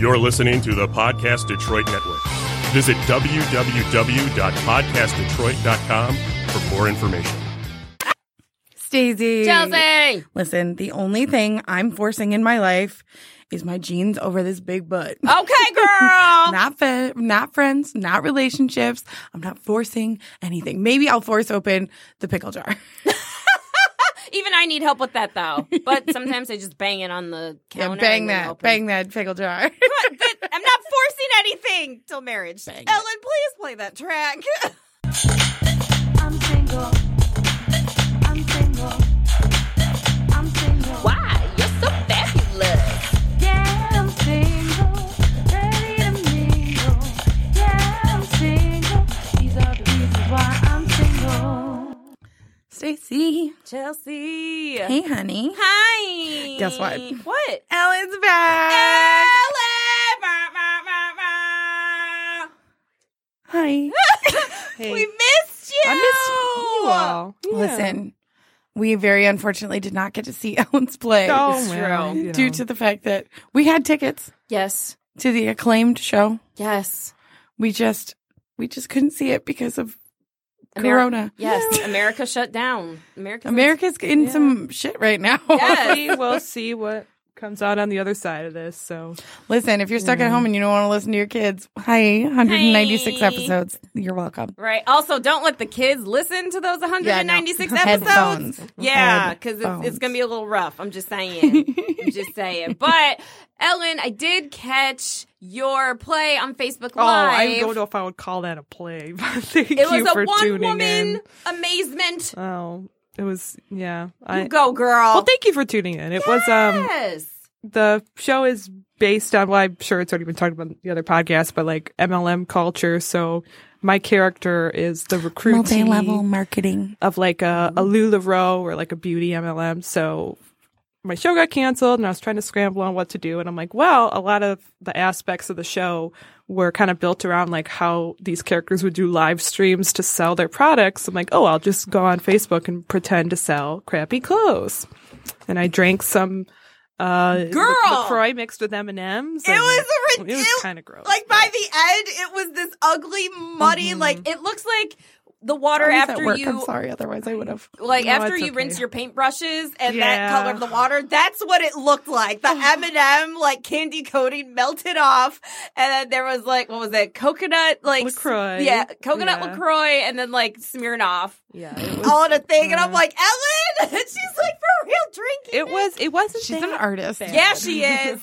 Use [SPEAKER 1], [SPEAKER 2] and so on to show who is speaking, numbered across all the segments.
[SPEAKER 1] You're listening to the Podcast Detroit Network. Visit www.podcastdetroit.com for more information.
[SPEAKER 2] Stacey.
[SPEAKER 3] Chelsea.
[SPEAKER 2] Listen, the only thing I'm forcing in my life is my jeans over this big butt.
[SPEAKER 3] Okay, girl.
[SPEAKER 2] Not fe- not friends, not relationships. I'm not forcing anything. Maybe I'll force open the pickle jar.
[SPEAKER 3] Even I need help with that though. But sometimes I just bang it on the
[SPEAKER 2] Yeah,
[SPEAKER 3] counter.
[SPEAKER 2] bang
[SPEAKER 3] and then
[SPEAKER 2] that,
[SPEAKER 3] open.
[SPEAKER 2] bang that pickle jar.
[SPEAKER 3] But- but I'm not forcing anything till marriage. Ellen, please play that track.
[SPEAKER 4] I'm single. I'm single. I'm single.
[SPEAKER 3] Why? You're so fabulous.
[SPEAKER 4] Yeah, I'm single. Ready to mingle. Yeah, I'm single. These are the reasons why I'm single.
[SPEAKER 2] Stacey.
[SPEAKER 3] Chelsea.
[SPEAKER 2] Hey, honey.
[SPEAKER 3] Hi.
[SPEAKER 2] Guess what?
[SPEAKER 3] What?
[SPEAKER 2] Ellen's back.
[SPEAKER 3] Ellen. Bah, bah, bah, bah.
[SPEAKER 2] Hi.
[SPEAKER 5] Hey,
[SPEAKER 3] We missed you.
[SPEAKER 5] I missed you all. Yeah.
[SPEAKER 2] Listen, we very unfortunately did not get to see Ellen's play
[SPEAKER 5] Oh,
[SPEAKER 3] It's
[SPEAKER 5] well,
[SPEAKER 3] true.
[SPEAKER 5] you
[SPEAKER 2] due
[SPEAKER 5] know.
[SPEAKER 2] to the fact that we had tickets
[SPEAKER 3] Yes.
[SPEAKER 2] to the acclaimed show.
[SPEAKER 3] Yes.
[SPEAKER 2] We just we just couldn't see it because of
[SPEAKER 3] Ameri-
[SPEAKER 2] Corona.
[SPEAKER 3] Yes. America shut down. America.
[SPEAKER 2] America's in some shit right now.
[SPEAKER 3] Yes.
[SPEAKER 5] we will see what comes out on the other side of this. So
[SPEAKER 2] listen, if you're stuck
[SPEAKER 3] Mm-hmm.
[SPEAKER 2] at home and you don't want to listen to your kids, hi, 196
[SPEAKER 3] Hi.
[SPEAKER 2] episodes. You're welcome.
[SPEAKER 3] Right. Also, don't let the kids listen to those 196
[SPEAKER 2] Yeah, no.
[SPEAKER 3] episodes.
[SPEAKER 2] Headphones.
[SPEAKER 3] Yeah, because it's, it's
[SPEAKER 2] Headphones.
[SPEAKER 3] going to be a little rough. I'm just saying. I'm just saying. But, Ellen, I did catch your play on Facebook Live.
[SPEAKER 5] oh, I don't know if I would call that a play. But thank
[SPEAKER 3] It was
[SPEAKER 5] you for
[SPEAKER 3] a one
[SPEAKER 5] tuning
[SPEAKER 3] woman
[SPEAKER 5] in.
[SPEAKER 3] amazement.
[SPEAKER 5] Oh, it was yeah. I
[SPEAKER 3] You go, girl.
[SPEAKER 5] well, thank you for tuning in. It was um
[SPEAKER 3] yes.
[SPEAKER 5] the show is based on well i'm sure it's already been talked about in the other podcast but like mlm culture so my character is the
[SPEAKER 2] Multi level
[SPEAKER 5] recruitee
[SPEAKER 2] marketing.
[SPEAKER 5] of like a, a
[SPEAKER 3] Mm-hmm.
[SPEAKER 5] lularoe or like a beauty mlm so my show got canceled and i was trying to scramble on what to do and i'm like well a lot of the aspects of the show were kind of built around like how these characters would do live streams to sell their products i'm like oh i'll just go on facebook and pretend to sell crappy clothes and i drank some uh
[SPEAKER 3] Girl!
[SPEAKER 5] LaCroix mixed with m&ms
[SPEAKER 3] It was a
[SPEAKER 5] it was
[SPEAKER 3] ridiculous.
[SPEAKER 5] kind of gross
[SPEAKER 3] Like by the end, it was this ugly, muddy. Like
[SPEAKER 5] Mm-hmm.
[SPEAKER 3] it looks like the water
[SPEAKER 2] I was at
[SPEAKER 3] after
[SPEAKER 2] work.
[SPEAKER 3] you
[SPEAKER 2] I'm sorry, otherwise I would have.
[SPEAKER 3] like
[SPEAKER 5] No,
[SPEAKER 3] after
[SPEAKER 5] it's
[SPEAKER 3] you
[SPEAKER 5] okay.
[SPEAKER 3] rinse your paintbrushes and that
[SPEAKER 5] Yeah.
[SPEAKER 3] color of the water that's what it looked like the m&m like candy coating melted off and then there was like what was it coconut like s-
[SPEAKER 5] LaCroix.
[SPEAKER 3] yeah coconut
[SPEAKER 5] Yeah.
[SPEAKER 3] lacroix and then like smirnoff
[SPEAKER 5] yeah it was,
[SPEAKER 3] all in a thing and i'm
[SPEAKER 5] uh,
[SPEAKER 3] like ellen she's like for real drinking
[SPEAKER 5] it was it wasn't
[SPEAKER 2] She's an
[SPEAKER 5] that
[SPEAKER 2] artist.
[SPEAKER 5] bad.
[SPEAKER 3] yeah she is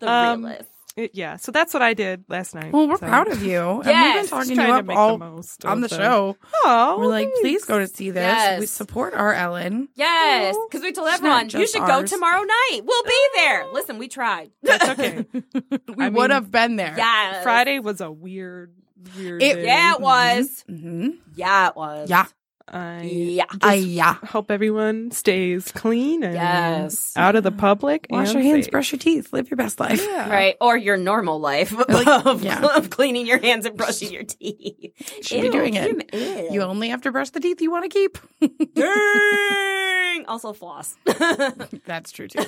[SPEAKER 3] the
[SPEAKER 5] Um,
[SPEAKER 3] realist
[SPEAKER 5] It- yeah, so that's what I did last night.
[SPEAKER 2] Well, we're
[SPEAKER 5] so.
[SPEAKER 2] proud of you. and we've
[SPEAKER 3] Yes.
[SPEAKER 2] been talking
[SPEAKER 5] Just
[SPEAKER 2] to you
[SPEAKER 5] trying to
[SPEAKER 2] up
[SPEAKER 5] make
[SPEAKER 2] all
[SPEAKER 5] the most
[SPEAKER 2] on the
[SPEAKER 5] of
[SPEAKER 2] show.
[SPEAKER 5] Oh,
[SPEAKER 2] We're like,
[SPEAKER 5] thanks.
[SPEAKER 2] please go to see this. We
[SPEAKER 3] Yes.
[SPEAKER 2] support our Ellen.
[SPEAKER 3] Yes, because we told
[SPEAKER 2] It's not
[SPEAKER 3] everyone you
[SPEAKER 2] just
[SPEAKER 3] should go
[SPEAKER 2] ours.
[SPEAKER 3] tomorrow night. We'll be there. Listen, we tried.
[SPEAKER 5] That's okay.
[SPEAKER 2] We
[SPEAKER 5] I
[SPEAKER 2] would
[SPEAKER 5] mean,
[SPEAKER 2] have been there.
[SPEAKER 3] Yeah,
[SPEAKER 5] Friday was a weird, weird.
[SPEAKER 2] It-
[SPEAKER 5] day.
[SPEAKER 3] Yeah, it was.
[SPEAKER 2] hmm
[SPEAKER 3] Yeah, it was.
[SPEAKER 2] Yeah.
[SPEAKER 5] I
[SPEAKER 3] Yeah.
[SPEAKER 2] Ah, yeah.
[SPEAKER 5] hope everyone stays clean and
[SPEAKER 3] Yes.
[SPEAKER 5] out of the public.
[SPEAKER 2] Wash
[SPEAKER 5] and
[SPEAKER 2] your hands,
[SPEAKER 5] safe.
[SPEAKER 2] brush your teeth, live your best life.
[SPEAKER 5] Yeah.
[SPEAKER 3] Right. Or your normal life of,
[SPEAKER 2] Uh, yeah.
[SPEAKER 3] of cleaning your hands and brushing your teeth.
[SPEAKER 2] Should be doing it. You only have to brush the teeth you want to keep.
[SPEAKER 3] Dang! Also floss. I'm just
[SPEAKER 2] That's true too. um,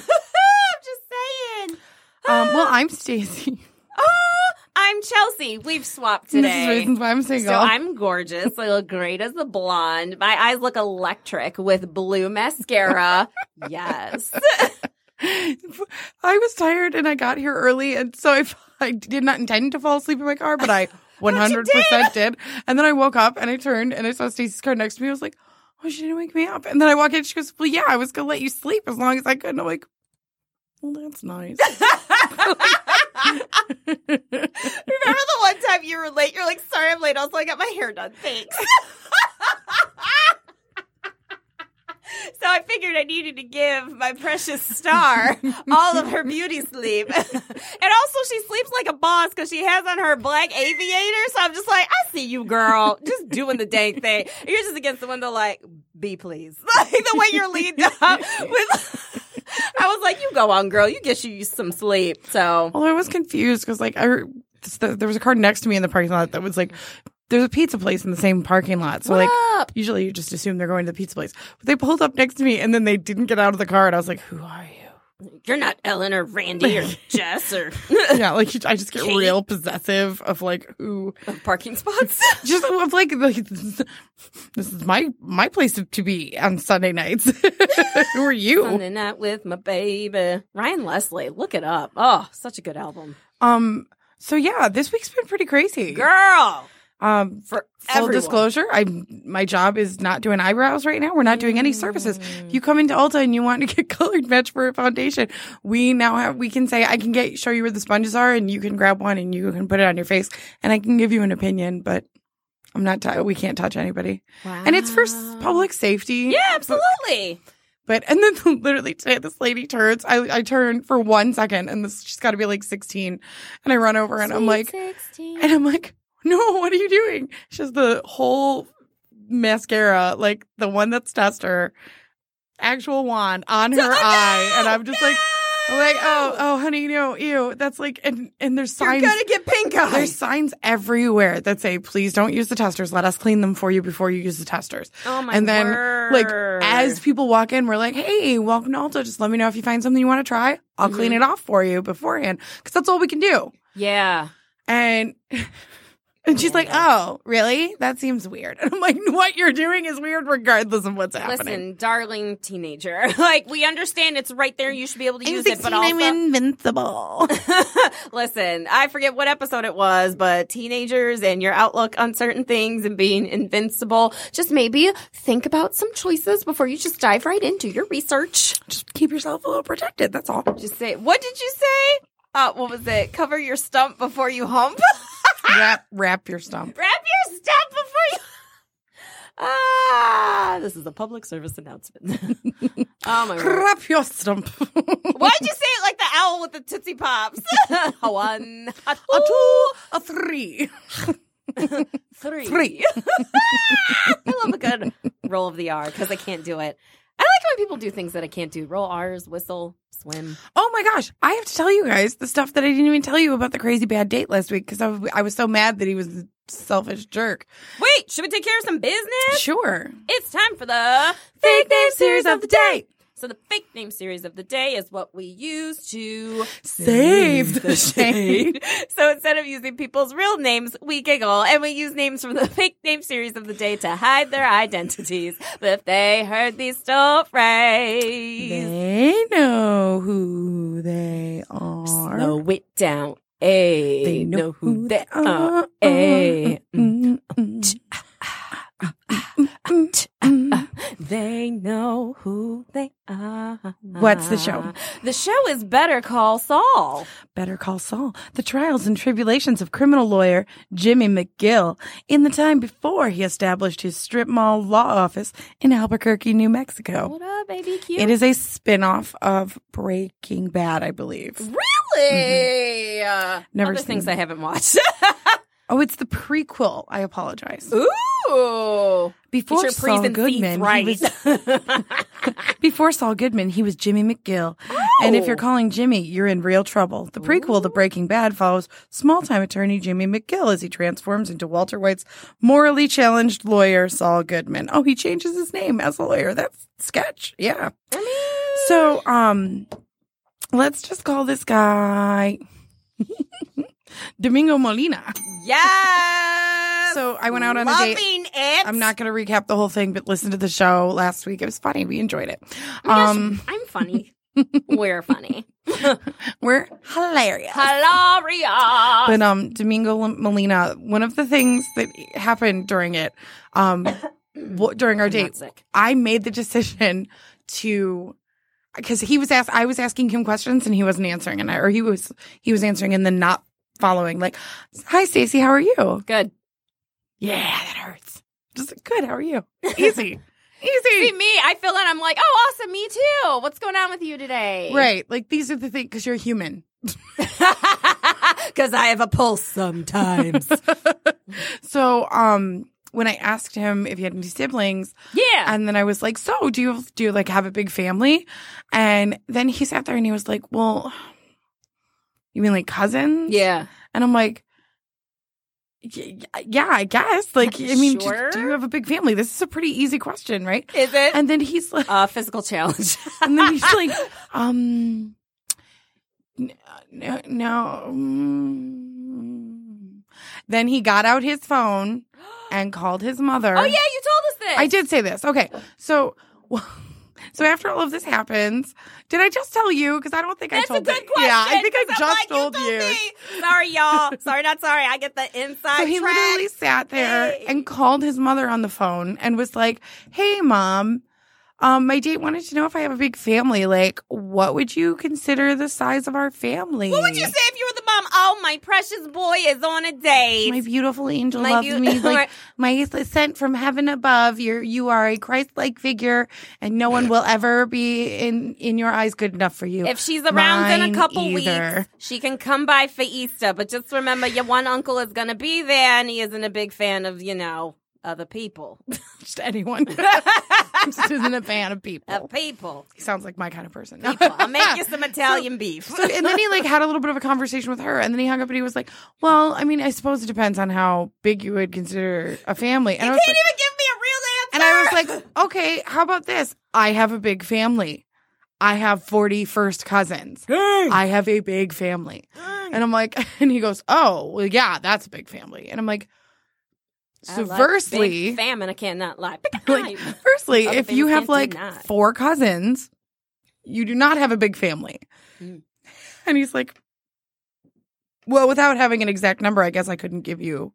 [SPEAKER 3] saying.
[SPEAKER 2] well, I'm Stacey.
[SPEAKER 3] Oh, I'm Chelsea. We've swapped
[SPEAKER 2] And
[SPEAKER 3] today.
[SPEAKER 2] This is reasons why I'm single.
[SPEAKER 3] So I'm gorgeous. I look great as a blonde. My eyes look electric with blue mascara. yes.
[SPEAKER 2] I was tired and I got here early, and so I, I did not intend to fall asleep in my car, but I 100 percent did. And then I woke up and I turned and I saw Stacey's car next to me. I was like, "Oh, she didn't wake me up." And then I walk in, she goes, "Well, yeah, I was gonna let you sleep as long as I could." And I'm like, "Well, that's nice."
[SPEAKER 3] Remember the one time you were late? You're like, sorry, I'm late. Also, I got my hair done. Thanks. so I figured I needed to give my precious star all of her beauty sleep. and also, she sleeps like a boss because she has on her black aviator. So I'm just like, I see you, girl. Just doing the dang thing. You're just against the window, like, be please. Like the way you're leaned up with. I was like, you go on, girl. You get you some sleep. So
[SPEAKER 2] Well, I was confused because like I heard- this- there was a car next to me in the parking lot that was like there's a pizza place in the same parking lot. So like
[SPEAKER 3] Up.
[SPEAKER 2] usually you just assume they're going to the pizza place. But they pulled up next to me and then they didn't get out of the car and I was like, "Who are you?"
[SPEAKER 3] You're not Ellen or Randy or Jess or
[SPEAKER 2] Yeah, like I just get real possessive of like who
[SPEAKER 3] parking spots.
[SPEAKER 2] just of like, like this is my my place to be on Sunday nights. who are you?
[SPEAKER 3] Sunday night with my baby. Ryan Leslie, look it up. Oh, such a good album.
[SPEAKER 2] Um. So yeah, this week's been pretty crazy.
[SPEAKER 3] Girl.
[SPEAKER 2] Um.
[SPEAKER 3] For
[SPEAKER 2] Full
[SPEAKER 3] everyone.
[SPEAKER 2] disclosure, I my job is not doing eyebrows right now. We're not doing any services. If you come into Ulta and you want to get colored match for a foundation, we now have we can say I can get show you where the sponges are and you can grab one and you can put it on your face and I can give you an opinion, but I'm not t- we can't touch anybody. And it's for s- public safety.
[SPEAKER 3] Yeah, absolutely.
[SPEAKER 2] But and then literally today, this lady turns. I I turn for one second, and this she's got to be like sixteen, and I run over and I'm like, and I'm like, no, what are you doing? She has the whole mascara, like the one that's tester, actual wand on her
[SPEAKER 3] Oh,
[SPEAKER 2] eye, and I'm just like, I'm like, oh, oh, honey, no, ew, that's like, and and there's
[SPEAKER 3] You're
[SPEAKER 2] signs.
[SPEAKER 3] going to get pink eye.
[SPEAKER 2] There's signs everywhere that say, please don't use the testers. Let us clean them for you before you use the testers.
[SPEAKER 3] Oh, my
[SPEAKER 2] And then, like,
[SPEAKER 3] word.
[SPEAKER 2] as people walk in, we're like, hey, welcome to Ulta. Just let me know if you find something you want to try. I'll clean
[SPEAKER 3] Mm-hmm.
[SPEAKER 2] it off for you beforehand because that's all we can do.
[SPEAKER 3] Yeah.
[SPEAKER 2] And. And she's like, "Oh, really? That seems weird." And I'm like, "What you're doing is weird, regardless of what's happening."
[SPEAKER 3] Listen, darling teenager. Like we understand it's right there. You should be able to
[SPEAKER 2] I'm
[SPEAKER 3] use
[SPEAKER 2] 16,
[SPEAKER 3] it, but also
[SPEAKER 2] I'm invincible.
[SPEAKER 3] listen. I forget what episode it was, but teenagers and your outlook on certain things and being invincible. Just maybe think about some choices before you just dive right into your research.
[SPEAKER 2] Just keep yourself a little protected. That's all.
[SPEAKER 3] Just say, what did you say? Uh, what was it? Cover your stump before you hump. Ah!
[SPEAKER 2] wrap, wrap your stump.
[SPEAKER 3] Wrap your stump before you. Ah, this is a public service announcement. oh my word.
[SPEAKER 2] Wrap your stump.
[SPEAKER 3] Why'd you say it like the owl with the Tootsie Pops? a one, a
[SPEAKER 2] a
[SPEAKER 3] two,
[SPEAKER 2] two, a three.
[SPEAKER 3] three.
[SPEAKER 2] Three.
[SPEAKER 3] I love a good roll of the R because I can't do it. I like when people do things that I can't do. Roll R's, whistle, swim.
[SPEAKER 2] Oh my gosh, I have to tell you guys the stuff that I didn't even tell you about the crazy bad date last week because I, was- I was so mad that he was a selfish jerk.
[SPEAKER 3] Wait, should we take care of some business?
[SPEAKER 2] Sure.
[SPEAKER 3] It's time for the
[SPEAKER 2] Fake name series of the day.
[SPEAKER 3] So the fake name series of the day is what we use to
[SPEAKER 2] Save the shade.
[SPEAKER 3] so instead of using people's real names, we giggle and we use names from the fake name series of the day to hide their identities. But if they heard these stories,
[SPEAKER 2] They know who they are.
[SPEAKER 3] slow it down. Ay,
[SPEAKER 2] They know who they are.
[SPEAKER 3] Ay,
[SPEAKER 2] Mm, mm, ah, mm, mm.
[SPEAKER 3] they know who they are.
[SPEAKER 2] What's the show? Oh.
[SPEAKER 3] The show is Better Call Saul.
[SPEAKER 2] Better Call Saul, the trials and tribulations of criminal lawyer Jimmy McGill in the time before he established his strip mall law office in Albuquerque, New Mexico.
[SPEAKER 3] What up, baby? Cute.
[SPEAKER 2] It is a spin-off of Breaking Bad, I
[SPEAKER 3] Mm-hmm.
[SPEAKER 2] believe.
[SPEAKER 3] Really? Uh,
[SPEAKER 2] Mm-hmm. Never
[SPEAKER 3] Other
[SPEAKER 2] seen
[SPEAKER 3] things
[SPEAKER 2] it.
[SPEAKER 3] I haven't watched.
[SPEAKER 2] Oh, it's the prequel. I apologize.
[SPEAKER 3] Ooh.
[SPEAKER 2] Before
[SPEAKER 3] Get your
[SPEAKER 2] Saul
[SPEAKER 3] pre's and C's
[SPEAKER 2] Goodman,
[SPEAKER 3] right.
[SPEAKER 2] he was, before Saul Goodman, he was Jimmy McGill. And if you're calling Jimmy, you're in real trouble. The prequel to Breaking Bad follows small-time attorney Jimmy McGill as he transforms into Walter White's morally challenged lawyer Saul Goodman. Oh, he changes his name as a lawyer. That's sketch. Yeah. So, um, let's just call this guy Domingo Molina.
[SPEAKER 3] yes.
[SPEAKER 2] So I went out on a
[SPEAKER 3] Loving
[SPEAKER 2] date.
[SPEAKER 3] it.
[SPEAKER 2] I'm not going to recap the whole thing, but listen to the show last week. It was funny. We enjoyed it.
[SPEAKER 3] Um,
[SPEAKER 2] Um,
[SPEAKER 3] I'm funny. We're funny.
[SPEAKER 2] we're hilarious.
[SPEAKER 3] Hilaria.
[SPEAKER 2] But um, Domingo L- Molina, one of the things that happened during it, um, w- during our date,
[SPEAKER 3] sick.
[SPEAKER 2] I made the decision to because he was asked, I was asking him questions and he wasn't answering, and I or he was he was answering and then not following. Like, hi Stacy, how are you?
[SPEAKER 3] Good.
[SPEAKER 2] Yeah, that hurts. Just good. How are you? Easy, easy.
[SPEAKER 3] See me. I feel it. I'm like, oh, awesome. Me too. What's going on with you today?
[SPEAKER 2] Right. Like these are the things because you're human.
[SPEAKER 3] Because I have a pulse sometimes.
[SPEAKER 2] So, um, when I asked him if he had any siblings,
[SPEAKER 3] yeah.
[SPEAKER 2] and then I was like, "So, do you do you like have a big family?" And then he sat there and he was like, "Well, you mean like cousins?"
[SPEAKER 3] yeah.
[SPEAKER 2] And I'm like, y- y- yeah, I guess. Like, I mean, do-
[SPEAKER 3] Sure.
[SPEAKER 2] do, you have a big family? This is a pretty easy question, right?
[SPEAKER 3] Is it?
[SPEAKER 2] And then he's like,
[SPEAKER 3] uh, physical challenge.
[SPEAKER 2] and then he's like, um, n- no, no. mm. Then he got out his phone and called his mother.
[SPEAKER 3] oh yeah, you told us this.
[SPEAKER 2] I did say this. Okay. So, so after all of this happens, did I just tell you? Because I don't think
[SPEAKER 3] That's
[SPEAKER 2] I
[SPEAKER 3] a
[SPEAKER 2] told
[SPEAKER 3] good
[SPEAKER 2] it-
[SPEAKER 3] question.
[SPEAKER 2] Yeah, I think I
[SPEAKER 3] 'cause I'm
[SPEAKER 2] just
[SPEAKER 3] like,
[SPEAKER 2] told you.
[SPEAKER 3] me. Sorry, y'all. Sorry, not sorry. I get the inside.
[SPEAKER 2] So he
[SPEAKER 3] track.
[SPEAKER 2] literally sat there
[SPEAKER 3] Hey.
[SPEAKER 2] and called his mother on the phone and was like, "Hey, mom, um, my date wanted to know if I have a big family. Like, what would you consider the size of our family?
[SPEAKER 3] What would you say if you were the mom? Oh, my precious boy is on a date.
[SPEAKER 2] My beautiful angel
[SPEAKER 3] My
[SPEAKER 2] loves
[SPEAKER 3] beau-
[SPEAKER 2] me. Like my sent from heaven above. You're you are a Christ like figure, and no one will ever be in in your eyes good enough for you.
[SPEAKER 3] if she's around in
[SPEAKER 2] Mine
[SPEAKER 3] a couple
[SPEAKER 2] either.
[SPEAKER 3] weeks, she can come by for Easter. But just remember, your one uncle is going to be there, and he isn't a big fan of you know other people.
[SPEAKER 2] just anyone, just isn't a fan of people.
[SPEAKER 3] Of people,
[SPEAKER 2] He sounds like my kind of person.
[SPEAKER 3] I'll make you some Italian beef.
[SPEAKER 2] So- and then he like had a little bit of a conversation with her, and then he hung up and he was like, "Well, I mean, I suppose it depends on how big you would consider a family." And I was
[SPEAKER 3] can't
[SPEAKER 2] like,
[SPEAKER 3] even give me a real answer.
[SPEAKER 2] and I was like, "Okay, how about this? I have a big family. I have 40 first cousins. I have a big family." And I'm like, and he goes, "Oh, well, yeah, that's a big family." And I'm like,
[SPEAKER 3] I like
[SPEAKER 2] subversely,
[SPEAKER 3] big famine. I cannot lie.
[SPEAKER 2] like, firstly,
[SPEAKER 3] Other
[SPEAKER 2] if you
[SPEAKER 3] things
[SPEAKER 2] have
[SPEAKER 3] can't
[SPEAKER 2] like
[SPEAKER 3] deny.
[SPEAKER 2] four cousins, you do not have a big family.
[SPEAKER 3] Mm.
[SPEAKER 2] And he's like, well, without having an exact number, I guess I couldn't give you.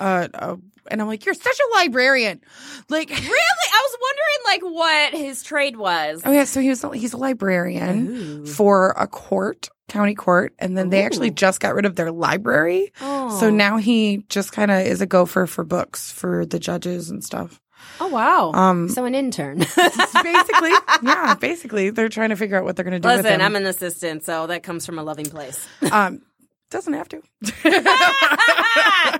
[SPEAKER 2] Uh, uh, and I'm like, you're such a librarian. Like,
[SPEAKER 3] Really? I was wondering like what his trade was.
[SPEAKER 2] oh yeah, so he was he's a librarian for a court, county court, and then they actually
[SPEAKER 3] Ooh.
[SPEAKER 2] just got rid of their library.
[SPEAKER 3] Oh.
[SPEAKER 2] So now he just kind of is a gopher for books for the judges and stuff.
[SPEAKER 3] Oh wow.
[SPEAKER 2] Um,
[SPEAKER 3] so an intern.
[SPEAKER 2] basically, yeah, basically, they're trying to figure out what they're going to do with
[SPEAKER 3] Listen,
[SPEAKER 2] him.
[SPEAKER 3] I'm an assistant, so that comes from a loving place.
[SPEAKER 2] um, doesn't have to.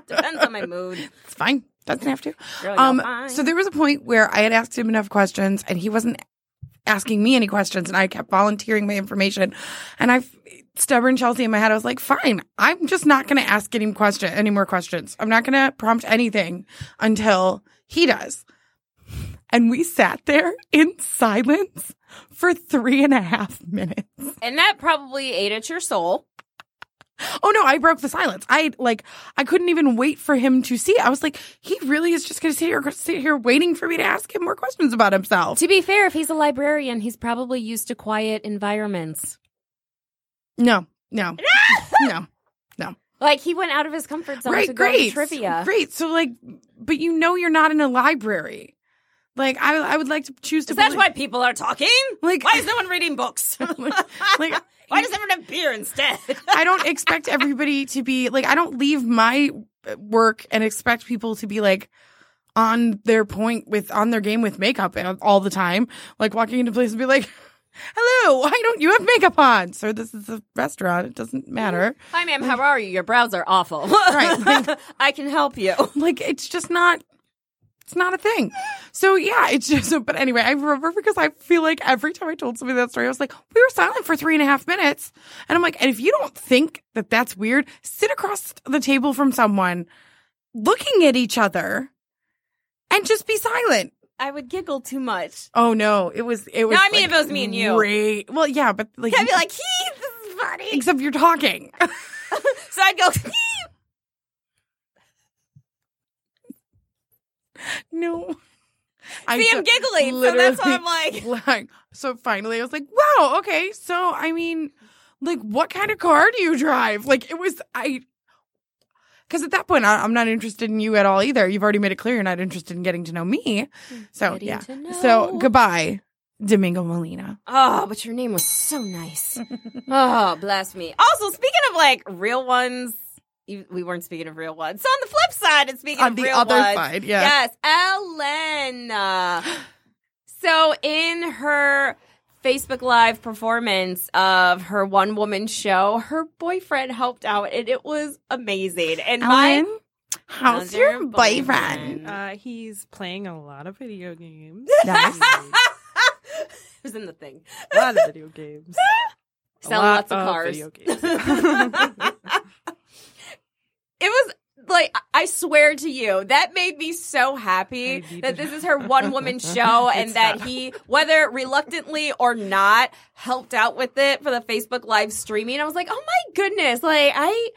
[SPEAKER 3] Depends on my mood.
[SPEAKER 2] It's fine. Doesn't have to.
[SPEAKER 3] Girl, you're
[SPEAKER 2] Um,
[SPEAKER 3] fine.
[SPEAKER 2] so there was a point where I had asked him enough questions, and he wasn't asking me any questions, and I kept volunteering my information, and I. Stubborn Chelsea in my head, I was like, fine, I'm just not going to ask any question, any more questions. I'm not going to prompt anything until he does. And we sat there in silence for three and a half minutes.
[SPEAKER 3] and that probably ate at your soul.
[SPEAKER 2] Oh no, I broke the silence. I like I couldn't even wait for him to see. I was like, he really is just gonna sit here sit here waiting for me to ask him more questions about himself.
[SPEAKER 3] To be fair, if he's a librarian, he's probably used to quiet environments.
[SPEAKER 2] No, no, no.
[SPEAKER 3] Like he went out of his comfort zone to
[SPEAKER 2] Right,
[SPEAKER 3] go to
[SPEAKER 2] great.
[SPEAKER 3] trivia.
[SPEAKER 2] Great. So like but you know you're not in a library. Like I I would like to choose to
[SPEAKER 3] That's why
[SPEAKER 2] believe-
[SPEAKER 3] people are talking.
[SPEAKER 2] Like-
[SPEAKER 3] why is no one reading books?
[SPEAKER 2] like
[SPEAKER 3] why does everyone have beer instead?
[SPEAKER 2] I don't expect everybody to be like I don't leave my uh, work and expect people to be like on their point with on their game with makeup and all the time. Like walking into a place and be like, "Hello, why don't you have makeup on?" Sir, this is a restaurant. It doesn't matter.
[SPEAKER 3] Hi, ma'am. How are you? Your brows are awful.
[SPEAKER 2] Right.
[SPEAKER 3] I can help you.
[SPEAKER 2] Like it's just not it's not a thing. So yeah, it's just but anyway, I remember because I feel like every time I told somebody that story, I was like, we were silent for three and a half minutes. And I'm like, and if you don't think that that's weird, sit across the table from someone looking at each other and just be silent.
[SPEAKER 3] I would giggle too much.
[SPEAKER 2] Oh no, it was it was
[SPEAKER 3] I mean, if it was me and you.
[SPEAKER 2] Great. Well, yeah, but like
[SPEAKER 3] I'd be like, he, this is funny.
[SPEAKER 2] except you're talking.
[SPEAKER 3] So I'd go, "Hee."
[SPEAKER 2] no. I
[SPEAKER 3] see him
[SPEAKER 2] don't-
[SPEAKER 3] giggling. So that's why I'm like,
[SPEAKER 2] literally, like, so finally I was like, wow, okay. So, I mean, like, what kind of car do you drive? Like, it was, I, because at that point, I, I'm not interested in you at all either. You've already made it clear you're not interested in getting to know me. So,
[SPEAKER 3] Getting
[SPEAKER 2] Oh, yeah.
[SPEAKER 3] to know.
[SPEAKER 2] So, goodbye, Domingo Molina.
[SPEAKER 3] oh, but your name was so nice. oh, bless me. Also, speaking of like real ones, you- we weren't speaking of real ones. So on the flip side, and speaking
[SPEAKER 2] On
[SPEAKER 3] of
[SPEAKER 2] the
[SPEAKER 3] real
[SPEAKER 2] other
[SPEAKER 3] ones,
[SPEAKER 2] side, yeah.
[SPEAKER 3] Yes, Ellen. So in her Facebook Live performance of her one woman show, her boyfriend helped out, and it was amazing. And my
[SPEAKER 2] Ellen, how's
[SPEAKER 3] How's
[SPEAKER 2] your
[SPEAKER 3] your
[SPEAKER 2] boyfriend?
[SPEAKER 3] boyfriend?
[SPEAKER 5] Uh, he's playing a lot of video games.
[SPEAKER 2] Nice.
[SPEAKER 3] it was in the thing.
[SPEAKER 5] a lot of video games. A
[SPEAKER 3] Selling lots
[SPEAKER 5] lot
[SPEAKER 3] of cars.
[SPEAKER 5] video games.
[SPEAKER 3] it was like I- I swear to you, that made me so happy that this is her one woman show and that he, whether reluctantly or not, helped out with it for the Facebook live streaming. I was like, oh my goodness, like I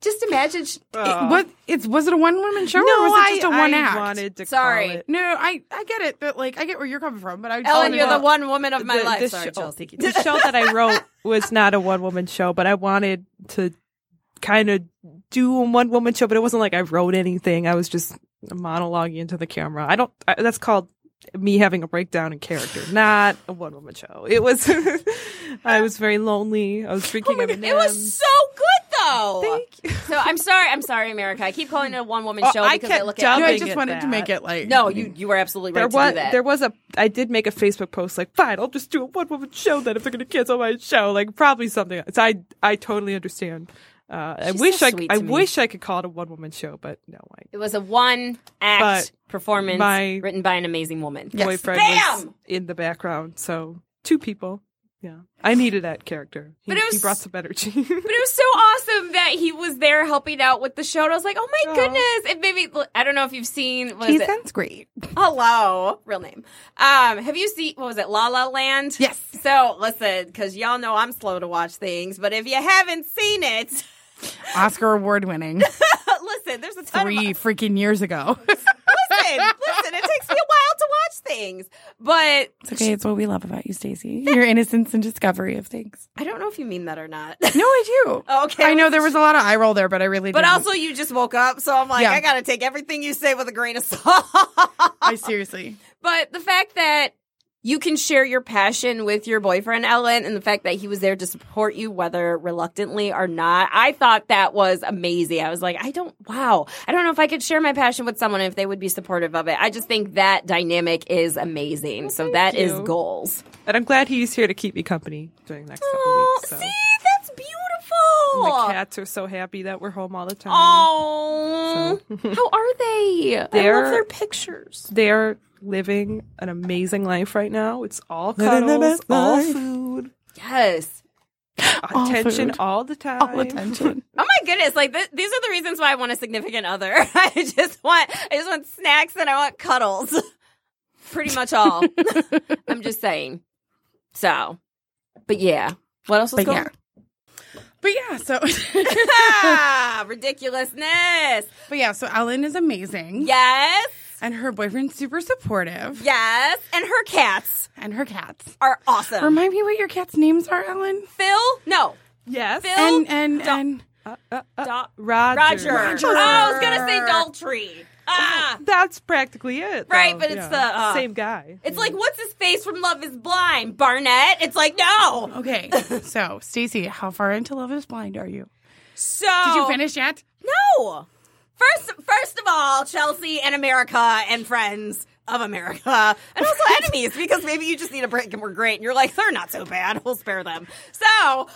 [SPEAKER 3] just imagine. Sh-
[SPEAKER 5] Oh.
[SPEAKER 2] What it's was it a one woman show or was it just a one
[SPEAKER 5] I
[SPEAKER 2] act?
[SPEAKER 5] wanted to
[SPEAKER 3] Sorry.
[SPEAKER 5] call it.
[SPEAKER 2] No, I I get it, but like I get where you're coming from, but I just
[SPEAKER 3] Ellen,
[SPEAKER 2] wanted
[SPEAKER 3] you're
[SPEAKER 2] to-
[SPEAKER 3] the one woman of my
[SPEAKER 5] the,
[SPEAKER 3] life.
[SPEAKER 5] the
[SPEAKER 3] Sorry,
[SPEAKER 5] show,
[SPEAKER 3] Chelsea.
[SPEAKER 5] the show that I wrote was not a one woman show, but I wanted to kind of do a one woman show, but it wasn't like I wrote anything. I was just monologuing into the camera. I don't. I, that's called me having a breakdown in character, not a one woman show. It was. I was very lonely. I was drinking. M&Ms.
[SPEAKER 3] Oh It was so good though. So I'm sorry, I'm sorry, America. I keep calling it a one woman
[SPEAKER 5] Oh,
[SPEAKER 3] show
[SPEAKER 5] I
[SPEAKER 3] because
[SPEAKER 5] kept
[SPEAKER 3] I look
[SPEAKER 2] No,
[SPEAKER 5] dubbing
[SPEAKER 3] at
[SPEAKER 2] I
[SPEAKER 5] it
[SPEAKER 2] just wanted to
[SPEAKER 5] that.
[SPEAKER 2] make it like
[SPEAKER 3] No, you you were absolutely right
[SPEAKER 5] There
[SPEAKER 3] to do
[SPEAKER 5] was
[SPEAKER 3] that.
[SPEAKER 5] there was a I did make a Facebook post like fine I'll just do a one woman show then if they're gonna cancel my show like probably something so I I totally understand uh, I
[SPEAKER 3] She's
[SPEAKER 5] wish
[SPEAKER 3] so
[SPEAKER 5] I
[SPEAKER 3] sweet
[SPEAKER 5] I
[SPEAKER 3] to me.
[SPEAKER 5] wish I could call it a one woman show but no I
[SPEAKER 3] It was a one act performance
[SPEAKER 5] my-
[SPEAKER 3] written by an amazing woman.
[SPEAKER 2] Yes.
[SPEAKER 5] boyfriend was
[SPEAKER 3] Bam!
[SPEAKER 5] in the background so two people yeah I needed that character he,
[SPEAKER 3] But it
[SPEAKER 5] he
[SPEAKER 3] was-
[SPEAKER 5] brought some energy
[SPEAKER 3] But it was so awesome that he was there helping out with the show. And I was like, oh my
[SPEAKER 5] Aw.
[SPEAKER 3] goodness. And maybe, I don't know if you've seen, what is
[SPEAKER 2] He
[SPEAKER 3] it?
[SPEAKER 2] sounds great.
[SPEAKER 3] Hello, real name. Um, have you seen what was it, La La Land?
[SPEAKER 2] Yes.
[SPEAKER 3] So listen, because y'all know I'm slow to watch things, but if you haven't seen it,
[SPEAKER 2] Oscar award winning
[SPEAKER 3] listen, there's a ton of
[SPEAKER 2] three freaking years ago.
[SPEAKER 3] listen, listen. It takes me a while to watch things, but
[SPEAKER 2] It's okay. It's what we love about you, Stacey. Your innocence and discovery of things.
[SPEAKER 3] I don't know if you mean that or not.
[SPEAKER 2] No, I do.
[SPEAKER 3] Okay.
[SPEAKER 2] I know there was a lot of eye roll there, but I really
[SPEAKER 3] But
[SPEAKER 2] didn't.
[SPEAKER 3] also, you just woke up, so I'm like,
[SPEAKER 2] Yeah.
[SPEAKER 3] I gotta take everything you say with a grain of salt.
[SPEAKER 2] I seriously.
[SPEAKER 3] but the fact that you can share your passion with your boyfriend, Ellen, and the fact that he was there to support you, whether reluctantly or not, I thought that was amazing. I was like, I don't, wow, I don't know if I could share my passion with someone if they would be supportive of it. I just think that dynamic is amazing. so that is
[SPEAKER 5] you.
[SPEAKER 3] goals.
[SPEAKER 5] and I'm glad he's here to keep me company during the next couple
[SPEAKER 3] Oh,
[SPEAKER 5] weeks so
[SPEAKER 3] see, that's beautiful.
[SPEAKER 5] And the cats are so happy that we're home all the time
[SPEAKER 3] Oh, how are they? I love
[SPEAKER 5] They're-
[SPEAKER 3] their pictures.
[SPEAKER 5] they're living an amazing life right now. It's all
[SPEAKER 2] Living their
[SPEAKER 5] cuddles,
[SPEAKER 2] best
[SPEAKER 5] all
[SPEAKER 2] life.
[SPEAKER 5] food,
[SPEAKER 3] Yes.
[SPEAKER 2] All
[SPEAKER 5] attention
[SPEAKER 2] food.
[SPEAKER 5] all the time.
[SPEAKER 2] All attention.
[SPEAKER 3] Oh my goodness! Like th- these are the reasons why I want a significant other. I just want, I just want snacks and I want cuddles. Pretty much all. I'm just saying. So, but yeah. What else was
[SPEAKER 2] But
[SPEAKER 3] going?
[SPEAKER 2] yeah. But yeah, so
[SPEAKER 3] Ah, ridiculousness.
[SPEAKER 2] but yeah, so Ellen is amazing.
[SPEAKER 3] Yes,
[SPEAKER 2] And her boyfriend's super supportive.
[SPEAKER 3] yes, and her cats
[SPEAKER 2] And her cats.
[SPEAKER 3] are awesome.
[SPEAKER 2] Remind me what your cats' names are, Ellen.
[SPEAKER 3] Phil, no,
[SPEAKER 5] Yes.
[SPEAKER 3] Phil,
[SPEAKER 2] And and and
[SPEAKER 5] Uh, uh, uh,
[SPEAKER 3] Dol-
[SPEAKER 5] Roger.
[SPEAKER 3] Roger.
[SPEAKER 2] Roger.
[SPEAKER 3] Oh, I was gonna say Daltrey. Ah,
[SPEAKER 5] That's practically it.
[SPEAKER 3] Right,
[SPEAKER 5] though.
[SPEAKER 3] but it's
[SPEAKER 5] Yeah.
[SPEAKER 3] the, uh,
[SPEAKER 5] same guy.
[SPEAKER 3] It's like, what's his face from Love is Blind? Barnett? It's like, no.
[SPEAKER 2] Okay. So, Stacey, how far into Love is Blind are you?
[SPEAKER 3] So.
[SPEAKER 2] Did you finish yet?
[SPEAKER 3] No. First, first of all, Chelsea and America and friends of America and also enemies because maybe you just need a break and we're great and you're like, they're not so bad. We'll spare them. So.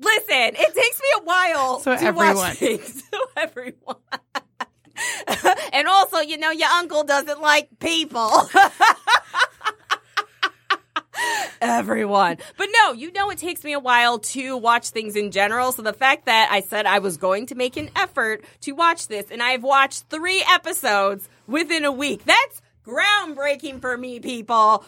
[SPEAKER 3] Listen, it takes me a while
[SPEAKER 2] So
[SPEAKER 3] to
[SPEAKER 2] everyone.
[SPEAKER 3] watch things. So everyone. and also, you know, your uncle doesn't like people. everyone. But no, you know, it takes me a while to watch things in general. So the fact that I said I was going to make an effort to watch this, and I have watched three episodes within a week, that's groundbreaking for me, people.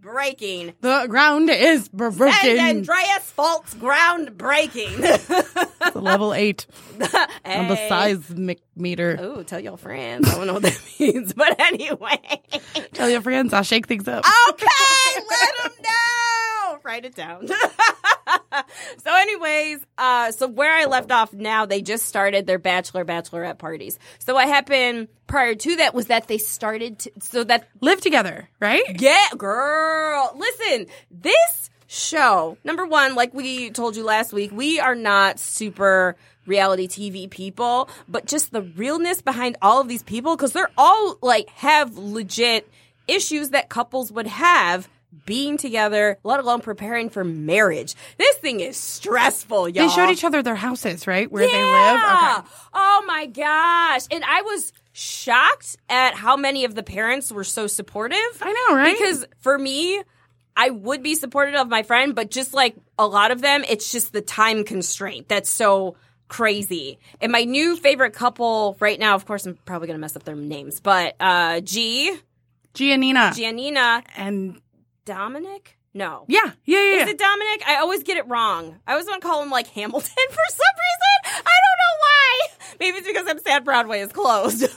[SPEAKER 3] Groundbreaking.
[SPEAKER 2] The ground is
[SPEAKER 3] And
[SPEAKER 2] broken.
[SPEAKER 3] Andreas Fault's groundbreaking.
[SPEAKER 2] It's level 8 on the
[SPEAKER 3] Hey. Oh.
[SPEAKER 2] seismic meter.
[SPEAKER 3] Ooh, tell your friends. I don't know what that means, but anyway.
[SPEAKER 2] Tell your friends, I'll shake things up.
[SPEAKER 3] Ah. okay, let them know. Write it down. so, anyways, uh, so where I left off now, they just started their bachelor bachelorette parties. So, what happened prior to that was that they started to, so that
[SPEAKER 2] Live together, right?
[SPEAKER 3] yeah, girl. Listen, this show, number one, like we told you last week, we are not super reality TV people, but just the realness behind all of these people, because they're all like have legit issues that couples would have being together, let alone preparing for marriage. This thing is stressful, y'all.
[SPEAKER 2] They showed each other their houses, right? Where they
[SPEAKER 3] Yeah.
[SPEAKER 2] live. Okay.
[SPEAKER 3] Oh my gosh. And I was shocked at how many of the parents were so supportive.
[SPEAKER 2] I know, right?
[SPEAKER 3] Because for me, I would be supportive of my friend, but just like a lot of them, it's just the time constraint that's so crazy. And my new favorite couple right now, of course, I'm probably going to mess up their names, but uh, G,
[SPEAKER 2] Giannina.
[SPEAKER 3] Giannina,
[SPEAKER 2] and
[SPEAKER 3] Dominic? No.
[SPEAKER 2] yeah, yeah, yeah. yeah.
[SPEAKER 3] Is it Dominic? I always get it wrong. I always want to call him like Hamilton for some reason. I don't know why. Maybe it's because I'm sad Broadway is closed.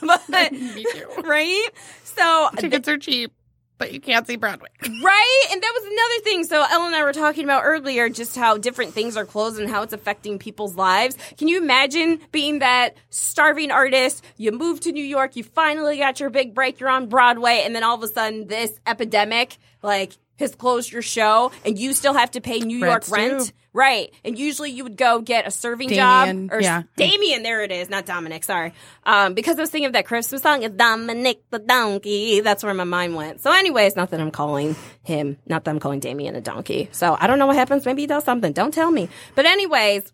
[SPEAKER 3] but,
[SPEAKER 2] Me too.
[SPEAKER 3] right? So
[SPEAKER 2] Tickets are cheap, but you can't see Broadway.
[SPEAKER 3] Right? And that was another thing. So, Ellen and I were talking about earlier just how different things are closed and how it's affecting people's lives. Can you imagine being that starving artist? You moved to New York, you finally got your big break, you're on Broadway, and then all of a sudden, this epidemic, like, has closed your show, and you still have to pay New
[SPEAKER 2] Rent's
[SPEAKER 3] York rent.
[SPEAKER 2] due.
[SPEAKER 3] Right. And usually you would go get a serving
[SPEAKER 2] Damien,
[SPEAKER 3] job or
[SPEAKER 2] yeah.
[SPEAKER 3] Damien, there it is, not Dominic, sorry. Um, because I was thinking of that Christmas song, it's Dominic the Donkey. That's where my mind went. So, anyways, not that I'm calling him, not that I'm calling Damien a donkey. So, I don't know what happens. Maybe he does something. Don't tell me. But, anyways,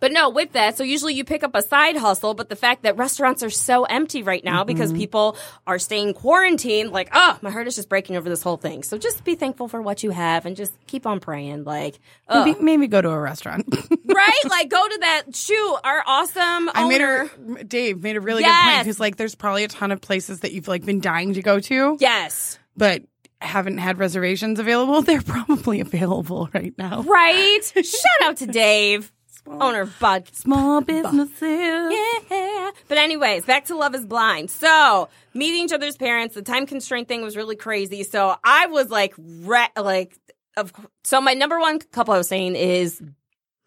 [SPEAKER 3] but no, with that, so usually you pick up a side hustle, but the fact that restaurants are so empty right now because
[SPEAKER 2] Mm-hmm.
[SPEAKER 3] people are staying quarantined, like, oh, my heart is just breaking over this whole thing. So, just be thankful for what you have and just keep on praying. Like, ugh.
[SPEAKER 2] Maybe, maybe go to a restaurant.
[SPEAKER 3] right? Like, go to that shoe. Our awesome owner.
[SPEAKER 2] I made a Dave made a really good point
[SPEAKER 3] Yes.
[SPEAKER 2] because like there's probably a ton of places that you've like been dying to go to,
[SPEAKER 3] yes.
[SPEAKER 2] but haven't had reservations available. They're probably available right now.
[SPEAKER 3] Right? Shout out to Dave, owner of Bud.
[SPEAKER 2] Small businesses.
[SPEAKER 3] Yeah. But anyways, back to Love is Blind. So meeting each other's parents, the time constraint thing was really crazy. So I was like, re- like, of so my number one couple I was saying is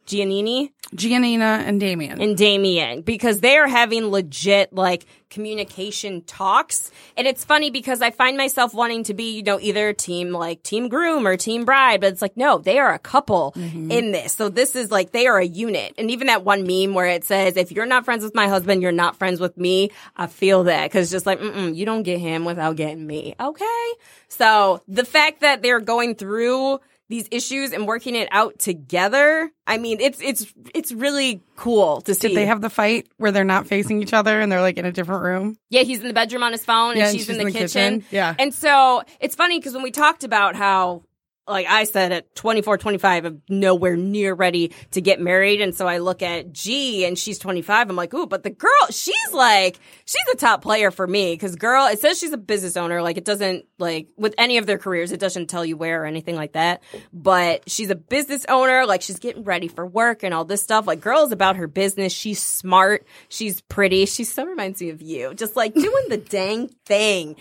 [SPEAKER 3] Giannini
[SPEAKER 2] Giannina and Damien.
[SPEAKER 3] and Damien because they are having legit like communication talks. And it's funny because I find myself wanting to be, you know, either team like team groom or team bride, but it's like, no, they are a couple in this. So this is like, they are a unit. And even that one meme where it says, if you're not friends with my husband, you're not friends with me. I feel that because just like, mm-mm, you don't get him without getting me. Okay. So the fact that they're going through these issues and working it out together. I mean, it's it's it's really cool to see.
[SPEAKER 2] Did they have the fight where they're not facing each other and they're like in a different room?
[SPEAKER 3] yeah, he's in the bedroom on his phone and,
[SPEAKER 2] Yeah,
[SPEAKER 3] she's, in the, kitchen.
[SPEAKER 2] Yeah.
[SPEAKER 3] And so it's funny because when we talked about how like I said at 24, 25, I'm nowhere near ready to get married. And so I look at G and she's 25. I'm like, ooh, but the girl, she's like, she's a top player for me. Cause girl, it says she's a business owner. Like it doesn't like with any of their careers, it doesn't tell you where or anything like that. But she's a business owner. Like she's getting ready for work and all this stuff. Like girl is about her business. She's smart. She's pretty. She so reminds me of you. Just like doing the dang thing.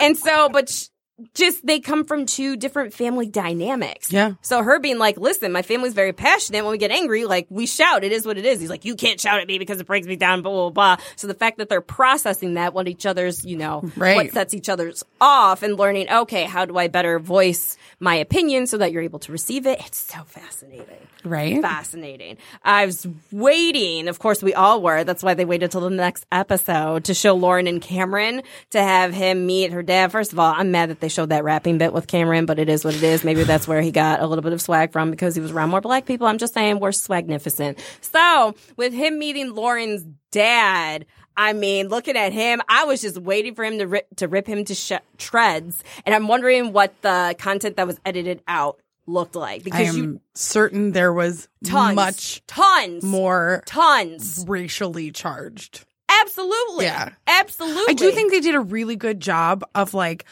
[SPEAKER 3] And so, but sh- just they come from two different family dynamics.
[SPEAKER 2] Yeah.
[SPEAKER 3] So her being like, listen, my family's very passionate. When we get angry, like we shout. It is what it is. He's like, you can't shout at me because it brings me down, blah, blah, blah. So the fact that they're processing that, what each other's, you know,
[SPEAKER 2] Right.
[SPEAKER 3] what sets each other's off and learning, okay, how do I better voice my opinion so that you're able to receive it? It's so fascinating
[SPEAKER 2] right?
[SPEAKER 3] fascinating. I was waiting. Of course, we all were. That's why they waited till the next episode to show Lauren and Cameron to have him meet her dad. First of all, I'm mad that they showed that rapping bit with Cameron, but it is what it is. Maybe that's where he got a little bit of swag from because he was around more black people. I'm just saying we're swagnificent. So with him meeting Lauren's dad, I mean, looking at him, I was just waiting for him to rip, to rip him to sh- shreds. And I'm wondering what the content that was edited out looked like
[SPEAKER 2] I
[SPEAKER 3] because
[SPEAKER 2] am
[SPEAKER 3] you
[SPEAKER 2] certain there was
[SPEAKER 3] tons,
[SPEAKER 2] much
[SPEAKER 3] tons,
[SPEAKER 2] more
[SPEAKER 3] tons.
[SPEAKER 2] racially charged.
[SPEAKER 3] Absolutely,
[SPEAKER 2] Yeah.
[SPEAKER 3] absolutely.
[SPEAKER 2] I do think they did a really good job of like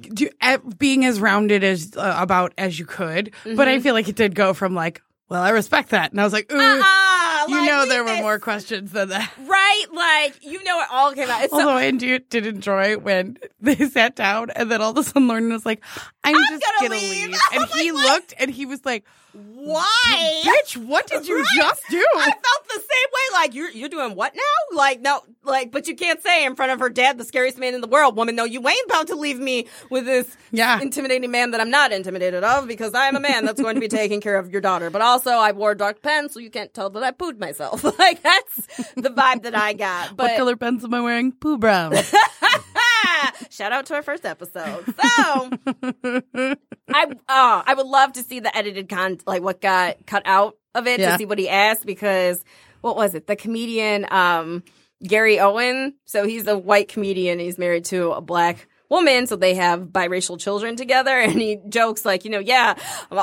[SPEAKER 2] do, at being as rounded as uh, about as you could, but I feel like it did go from like, well, I respect that, and I was like, ooh,
[SPEAKER 3] Ah,
[SPEAKER 2] you
[SPEAKER 3] like,
[SPEAKER 2] know,
[SPEAKER 3] leave
[SPEAKER 2] there were
[SPEAKER 3] this-
[SPEAKER 2] more questions than that.
[SPEAKER 3] right? Like you know, it all came out. It's so,
[SPEAKER 2] Although I do, did enjoy when they sat down and then all of a sudden Lauren was like, I'm, just
[SPEAKER 3] gonna
[SPEAKER 2] gonna leave.
[SPEAKER 3] leave.
[SPEAKER 2] And
[SPEAKER 3] I'm like,
[SPEAKER 2] he
[SPEAKER 3] "What?"
[SPEAKER 2] looked and he was like,
[SPEAKER 3] why?
[SPEAKER 2] Bitch, what did you
[SPEAKER 3] Right?
[SPEAKER 2] just do?
[SPEAKER 3] I felt the same way. Like you're you're doing what now? Like no, like but you can't say in front of her dad, the scariest man in the world, woman. No, you ain't about to leave me with this
[SPEAKER 2] Yeah.
[SPEAKER 3] intimidating man that I'm not intimidated of because I am a man that's going to be taking care of your daughter. But also, I wore dark pens, so you can't tell that I pooed myself. Like that's the vibe that I got. But
[SPEAKER 2] what color pens am I wearing? Pooh brown.
[SPEAKER 3] Ah! Shout out to our first episode. So I uh, I would love to see the edited con like what got cut out of it
[SPEAKER 2] Yeah.
[SPEAKER 3] to see what he asked because what was it? The comedian um Gary Owen. So he's a white comedian. He's married to a black woman, so they have biracial children together. And he jokes like, you know, yeah,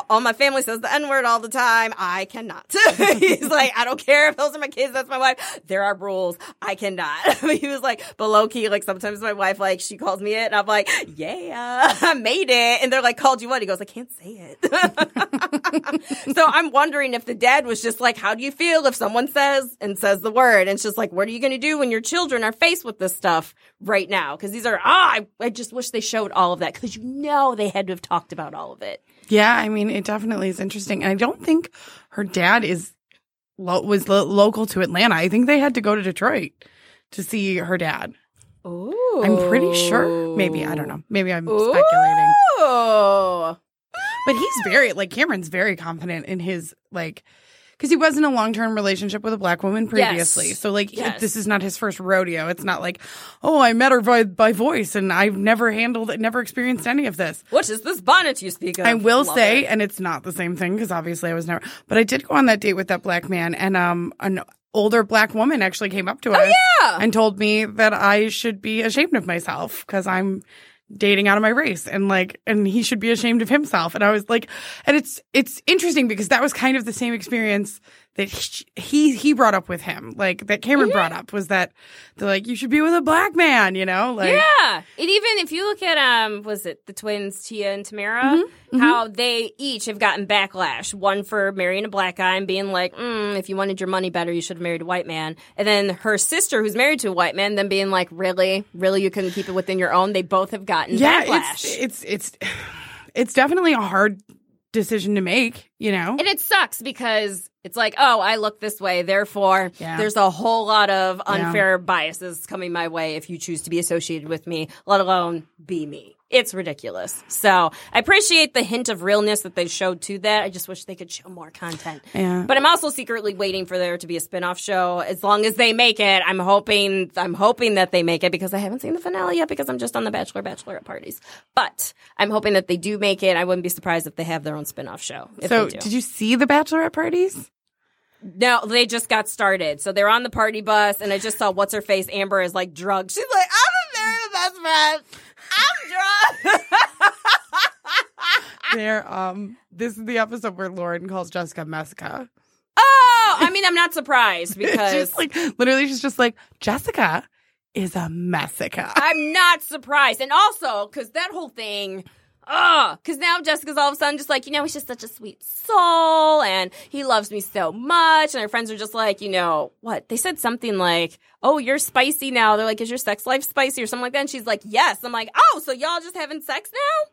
[SPEAKER 3] all my family says the N word all the time. I cannot. He's like, I don't care if those are my kids. That's my wife. There are rules. I cannot. he was like, but low key, like sometimes my wife, like she calls me it, and I'm like, yeah, I made it. And they're like, called you what? He goes, I can't say it. so I'm wondering if the dad was just like, how do you feel if someone says and says the word? And it's just like, what are you going to do when your children are faced with this stuff right now? Because these are, ah, I, I just wish they showed all of that because you know they had to have talked about all of it.
[SPEAKER 2] Yeah, I mean, it definitely is interesting. And I don't think her dad is lo- was lo- local to Atlanta. I think they had to go to Detroit to see her dad.
[SPEAKER 3] Ooh.
[SPEAKER 2] I'm pretty sure. Maybe I don't know. Maybe I'm speculating.
[SPEAKER 3] Ooh.
[SPEAKER 2] But he's very like Cameron's very confident in his like because he was in a long term relationship with a black woman previously.
[SPEAKER 3] Yes.
[SPEAKER 2] So like he-
[SPEAKER 3] Yes.
[SPEAKER 2] this is not his first rodeo. It's not like oh I met her by by voice and I've never handled it, never experienced any of this.
[SPEAKER 3] What is this bonnet you speak of?
[SPEAKER 2] I will
[SPEAKER 3] Love
[SPEAKER 2] say,
[SPEAKER 3] it.
[SPEAKER 2] and it's not the same thing because obviously I was never. But I did go on that date with that black man, and um, an older black woman actually came up to us
[SPEAKER 3] Oh, yeah.
[SPEAKER 2] and told me that I should be ashamed of myself because I'm dating out of my race, and like, and he should be ashamed of himself. And I was like, and it's it's interesting because that was kind of the same experience that he he, he brought up with him, like that Cameron brought up was that they're like you should be with a black man, you know, like
[SPEAKER 3] Yeah. And even if you look at um was it the twins Tia and Tamara, how they each have gotten backlash. One for marrying a black guy and being like, mm, if you wanted your money better, you should have married a white man. And then her sister who's married to a white man then being like, Really? Really you couldn't keep it within your own? They both have gotten backlash.
[SPEAKER 2] It's, it's it's it's definitely a hard decision to make, you know.
[SPEAKER 3] And it sucks because it's like, oh, I look this way, therefore
[SPEAKER 2] Yeah.
[SPEAKER 3] there's a whole lot of
[SPEAKER 2] Yeah.
[SPEAKER 3] unfair biases coming my way if you choose to be associated with me, let alone be me. It's ridiculous. So I appreciate the hint of realness that they showed to that. I just wish they could show more content.
[SPEAKER 2] Yeah.
[SPEAKER 3] But I'm also secretly waiting for there to be a spin-off show. As long as they make it, I'm hoping I'm hoping that they make it because I haven't seen the finale yet because I'm just on the Bachelor Bachelorette parties. But I'm hoping that they do make it. I wouldn't be surprised if they have their own spin-off show. if
[SPEAKER 2] so,
[SPEAKER 3] they do.
[SPEAKER 2] did you see the bachelorette parties?
[SPEAKER 3] No, they just got started. So they're on the party bus, and I just saw what's her face. Amber is like drugged. She's like, I'm a very best friend. I'm drunk. Ah!
[SPEAKER 2] There, um, this is the episode where Lauren calls Jessica Messica.
[SPEAKER 3] oh, I mean, I'm not surprised because
[SPEAKER 2] She's like, literally, she's just like, Jessica is a Messica.
[SPEAKER 3] I'm not surprised. And also, because that whole thing. Ugh, because now Jessica's all of a sudden just like, you know, he's just such a sweet soul and he loves me so much. And her friends are just like, you know, what? They said something like, oh, you're spicy now. They're like, is your sex life spicy or something like that? And she's like, yes. I'm like, oh, so y'all just having sex now?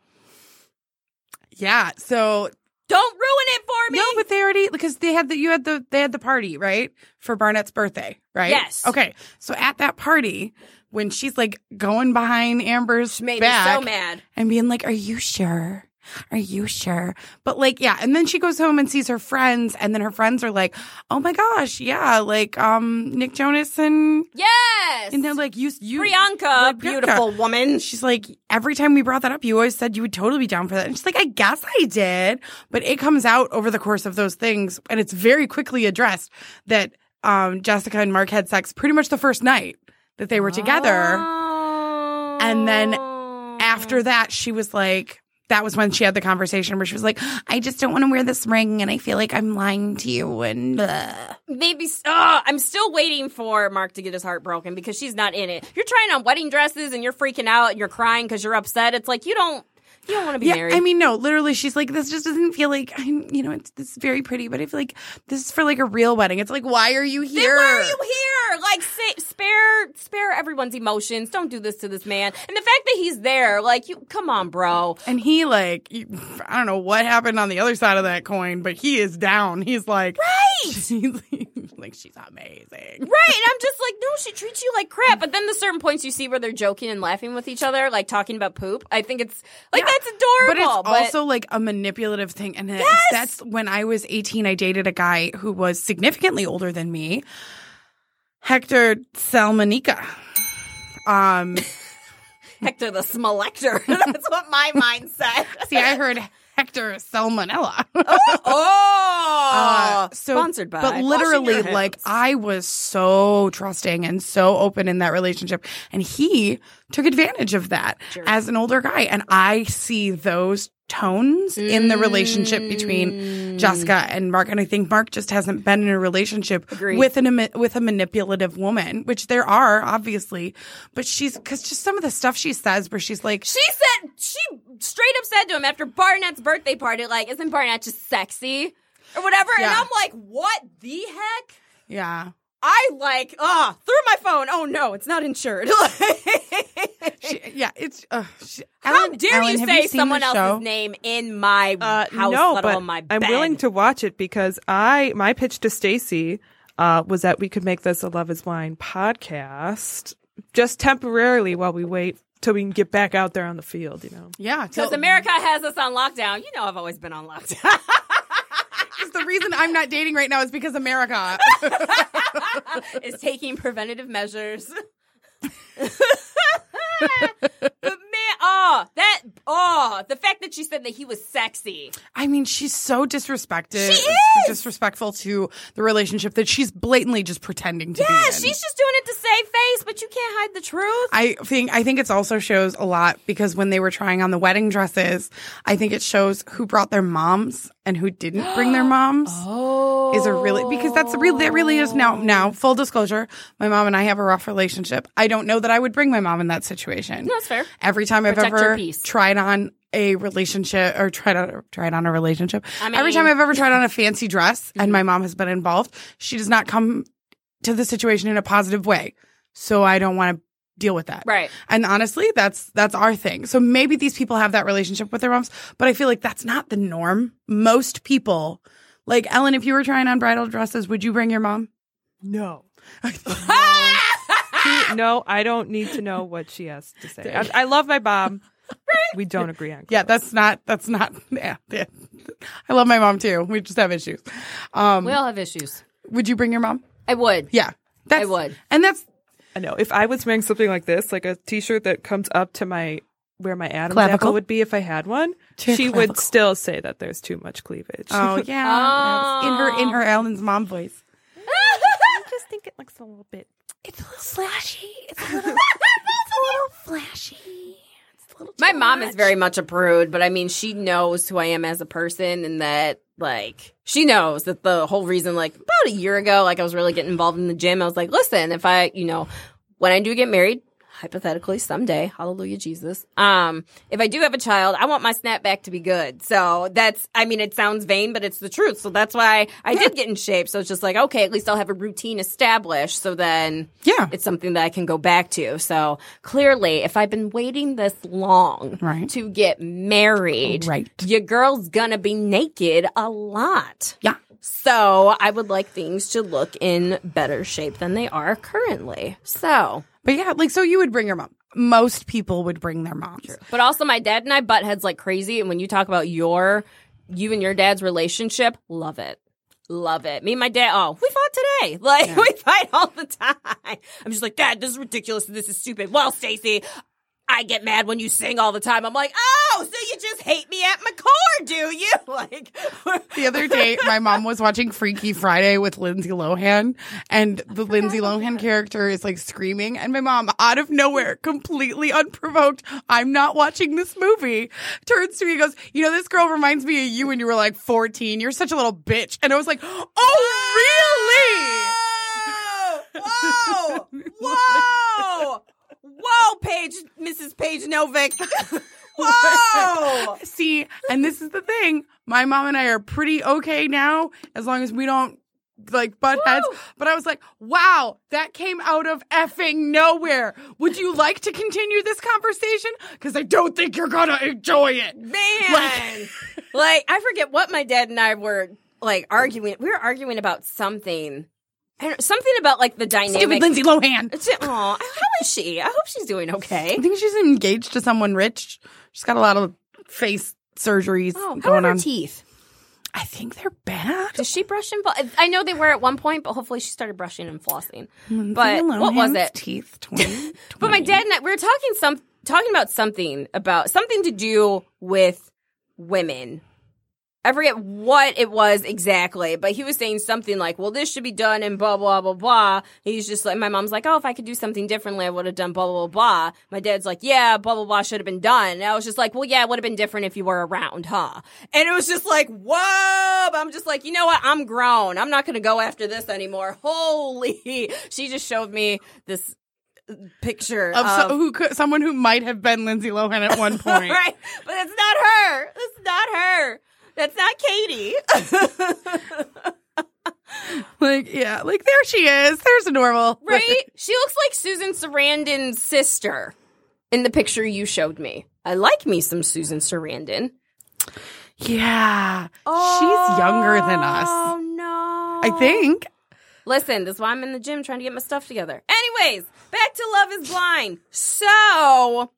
[SPEAKER 2] Yeah. So
[SPEAKER 3] Don't ruin it for me.
[SPEAKER 2] no, but they already because they had the you had the they had the party right for Barnett's birthday, right?
[SPEAKER 3] Yes.
[SPEAKER 2] Okay. So at that party, when she's like going behind Amber's
[SPEAKER 3] made
[SPEAKER 2] back,
[SPEAKER 3] me so mad.
[SPEAKER 2] and being like, Are you sure? Are you sure? But like, yeah. And then she goes home and sees her friends, and then her friends are like, Oh my gosh, yeah, like um Nick Jonas and
[SPEAKER 3] Yes.
[SPEAKER 2] and they're like, You you
[SPEAKER 3] Priyanka,
[SPEAKER 2] Priyanka.
[SPEAKER 3] beautiful woman.
[SPEAKER 2] And she's like, every time we brought that up, you always said you would totally be down for that. And she's like, I guess I did. But it comes out over the course of those things, and it's very quickly addressed that um, Jessica and Mark had sex pretty much the first night that they were together.
[SPEAKER 3] Ah.
[SPEAKER 2] And then after that, she was like, that was when she had the conversation where she was like, I just don't want to wear this ring and I feel like I'm lying to you. And uh.
[SPEAKER 3] maybe oh, I'm still waiting for Mark to get his heart broken because she's not in it. You're trying on wedding dresses and you're freaking out and you're crying because you're upset. It's like you don't you don't want to be
[SPEAKER 2] yeah,
[SPEAKER 3] married.
[SPEAKER 2] I mean, no, literally, she's like, this just doesn't feel like I'm, you know, it's this is very pretty, but I feel like this is for like a real wedding. It's like, why are you
[SPEAKER 3] Then
[SPEAKER 2] here?
[SPEAKER 3] why are you here? Like, sa- spare spare everyone's emotions. Don't do this to this man. And the fact that he's there, like, you come on, bro.
[SPEAKER 2] And he like, you- I don't know what happened on the other side of that coin, but he is down. He's like, right. like she's amazing.
[SPEAKER 3] Right. And I'm just like, no, she treats you like crap. But then the certain points you see where they're joking and laughing with each other, like talking about poop. I think it's like, that's
[SPEAKER 2] But it's
[SPEAKER 3] adorable.
[SPEAKER 2] also like a manipulative thing. And it's- that's when I was 18, I dated a guy who was significantly older than me, Hector Um, Salmonica. Um,
[SPEAKER 3] Hector the Smelector. that's what my mind said.
[SPEAKER 2] see, I heard Hector Salmonella.
[SPEAKER 3] Oh,
[SPEAKER 2] Uh, so-
[SPEAKER 3] sponsored by.
[SPEAKER 2] But
[SPEAKER 3] Washing
[SPEAKER 2] literally,
[SPEAKER 3] your
[SPEAKER 2] like uh, I
[SPEAKER 3] hands.
[SPEAKER 2] was so trusting and so open in that relationship, and he took advantage of that as an older guy. And I see those tones in the relationship
[SPEAKER 3] Mm.
[SPEAKER 2] between Jessica and Mark. And I think Mark just hasn't been in a relationship
[SPEAKER 3] Agreed.
[SPEAKER 2] with an ama- with a manipulative woman, which there are obviously, but she's because just some of the stuff she says, where she's like,
[SPEAKER 3] She said she straight up said to him after Barnett's birthday party, like, "Isn't Barnett just sexy?" or whatever. And
[SPEAKER 2] Yeah.
[SPEAKER 3] I'm like, "What the heck?"
[SPEAKER 2] yeah.
[SPEAKER 3] I like ah through my phone. Oh no, it's not insured.
[SPEAKER 2] She, yeah, it's. Uh, she,
[SPEAKER 3] How
[SPEAKER 2] Ellen-
[SPEAKER 3] dare
[SPEAKER 2] Ellen,
[SPEAKER 3] you
[SPEAKER 2] have
[SPEAKER 3] say
[SPEAKER 2] seen the
[SPEAKER 3] someone else's
[SPEAKER 2] show?
[SPEAKER 3] name in my
[SPEAKER 5] Uh,
[SPEAKER 3] house,
[SPEAKER 5] no,
[SPEAKER 3] let
[SPEAKER 5] but
[SPEAKER 3] alone my bed?
[SPEAKER 5] I'm willing to watch it because I my pitch to Stacy uh, was that we could make this a Love Is Blind podcast just temporarily while we wait till we can get back out there on the field. You know,
[SPEAKER 2] Yeah,
[SPEAKER 3] because America has us on lockdown. You know, I've always been on lockdown.
[SPEAKER 2] the reason I'm not dating right now is because America.
[SPEAKER 3] is taking preventative measures. but man, oh that oh the fact that she said that he was sexy.
[SPEAKER 2] I mean, she's so disrespected.
[SPEAKER 3] She
[SPEAKER 2] It's
[SPEAKER 3] is!
[SPEAKER 2] disrespectful to the relationship that she's blatantly just pretending to be.
[SPEAKER 3] Yeah,
[SPEAKER 2] in.
[SPEAKER 3] Ah, she's just doing it to save face, but you can't hide the truth.
[SPEAKER 2] I think I think it's also shows a lot because when they were trying on the wedding dresses, I think it shows who brought their moms and who didn't bring their moms. oh, is a really because that's the real that really is now now full disclosure. My mom and I have a rough relationship. I don't know that I would bring my mom in that situation.
[SPEAKER 3] No, it's fair.
[SPEAKER 2] Every time I've
[SPEAKER 3] Protect your
[SPEAKER 2] ever
[SPEAKER 3] peace.
[SPEAKER 2] tried on a relationship or tried on tried on a relationship,
[SPEAKER 3] I
[SPEAKER 2] every
[SPEAKER 3] mean- Mm-hmm.
[SPEAKER 2] time I've ever tried on a fancy dress and my mom has been involved, she does not come to the situation in a positive way. So I don't want to deal with that.
[SPEAKER 3] Right.
[SPEAKER 2] And honestly, that's that's our thing. So maybe these people have that relationship with their moms, but I feel like that's not the norm. Most people like Ellen, if you were trying on bridal dresses, would you bring your mom?
[SPEAKER 5] no. no, I don't need to know what she has to say. I, I love my mom. We don't agree on.
[SPEAKER 2] Yeah, that's not that's not yeah, yeah. I love my mom too. We just have issues. Um
[SPEAKER 3] we all have issues.
[SPEAKER 2] would you bring your mom?
[SPEAKER 3] I would.
[SPEAKER 2] Yeah. That's,
[SPEAKER 3] would.
[SPEAKER 2] And that's
[SPEAKER 5] I know. If I was wearing something like this, like a t-shirt that comes up to my where my Adam's
[SPEAKER 2] Clavicle?
[SPEAKER 5] apple would be if I had one,
[SPEAKER 2] your
[SPEAKER 5] she
[SPEAKER 2] clavicle.
[SPEAKER 5] would still say that there's too much cleavage.
[SPEAKER 2] Oh yeah. That's in her in her Ellen's mom voice.
[SPEAKER 5] I just think it looks a little bit.
[SPEAKER 3] My mom is very much a prude, but I mean, she knows who I am as a person and that, like, she knows that the whole reason, like, about a year ago, like, I was really getting involved in the gym. I was like, listen, if I, you know, when I do get married, hypothetically someday, hallelujah, Jesus, um, if I do have a child, I want my snapback to be good. So that's, I mean, it sounds vain, but it's the truth. So that's why I did get in shape. So it's just like, okay, at least I'll have a routine established. So then,
[SPEAKER 2] Yeah.
[SPEAKER 3] it's something that I can go back to. So clearly, if I've been waiting this long
[SPEAKER 2] Right.
[SPEAKER 3] to get married,
[SPEAKER 2] Right.
[SPEAKER 3] your girl's gonna be naked a lot.
[SPEAKER 2] Yeah.
[SPEAKER 3] So I would like things to look in better shape than they are currently. So,
[SPEAKER 2] But yeah, like so you would bring your mom. Most people would bring their moms.
[SPEAKER 3] but also my dad and I butt heads like crazy. And when you talk about your, you and your dad's relationship, love it. Love it. Me and my dad, oh, we fought today. Like, we fight all the time. I'm just like, Dad, this is ridiculous. This is stupid. Well, Stacy, I get mad when you sing all the time. I'm like, oh, so you just hate me at my core, do you? Like,
[SPEAKER 2] The other day, my mom was watching Freaky Friday with Lindsay Lohan, and the Lindsay Lohan character is like screaming. And my mom, out of nowhere, completely unprovoked, I'm not watching this movie, turns to me and goes, You know, this girl reminds me of you when you were like 14. You're such a little bitch. And I was like, Oh,
[SPEAKER 3] whoa, whoa, whoa, Paige, Mrs. Paige Novick. Whoa.
[SPEAKER 2] really? See, and this is the thing. My mom and I are pretty okay now, as long as we don't. Like butt heads, but I was like, "Wow, that came out of effing nowhere." Would you like to continue this conversation? Because I don't think you're gonna enjoy it.
[SPEAKER 3] man. Like, I forget what my dad and I were like arguing. We were arguing about something, I don't, something about like the dynamic.
[SPEAKER 2] Stupid Lindsay Lohan.
[SPEAKER 3] Aw, how is she? I hope she's doing okay.
[SPEAKER 2] I think she's engaged to someone rich. She's got a lot of face surgeries
[SPEAKER 3] Oh, how are
[SPEAKER 2] going
[SPEAKER 3] her
[SPEAKER 2] on.
[SPEAKER 3] teeth?
[SPEAKER 2] I think they're bad.
[SPEAKER 3] Does she brush and floss? I know they were at one point, but hopefully she started brushing and flossing. But
[SPEAKER 2] Lindsay
[SPEAKER 3] what was
[SPEAKER 2] Lohan's
[SPEAKER 3] it?
[SPEAKER 2] Teeth. 20,
[SPEAKER 3] But my dad and I we were talking some talking about something about something to do with women. I forget what it was exactly, but he was saying something like, "Well, this should be done," and blah blah blah blah. And he's just like, my mom's like, "Oh, if I could do something differently, I would have done blah blah blah." blah." My dad's like, "Yeah, blah blah blah should have been done." And I was just like, "Well, yeah, it would have been different if you were around, huh?" And it was just like, "Whoa!" But I'm just like, you know what? I'm grown. I'm not gonna go after this anymore. Holy! She just showed me this uh, picture
[SPEAKER 2] Of, so, who could, someone who might have been Lindsay Lohan at one point.
[SPEAKER 3] right? But that's not her. That's not her. That's not Katie.
[SPEAKER 2] Like, yeah, like there she is. There's a normal. Like,
[SPEAKER 3] right? she looks like Susan Sarandon's sister in the picture you showed me. I like me some Susan Sarandon.
[SPEAKER 2] yeah. She's younger than us.
[SPEAKER 3] Oh no.
[SPEAKER 2] I think.
[SPEAKER 3] Listen, that's why I'm in the gym trying to get my stuff together. Anyways, back to Love is Blind. So,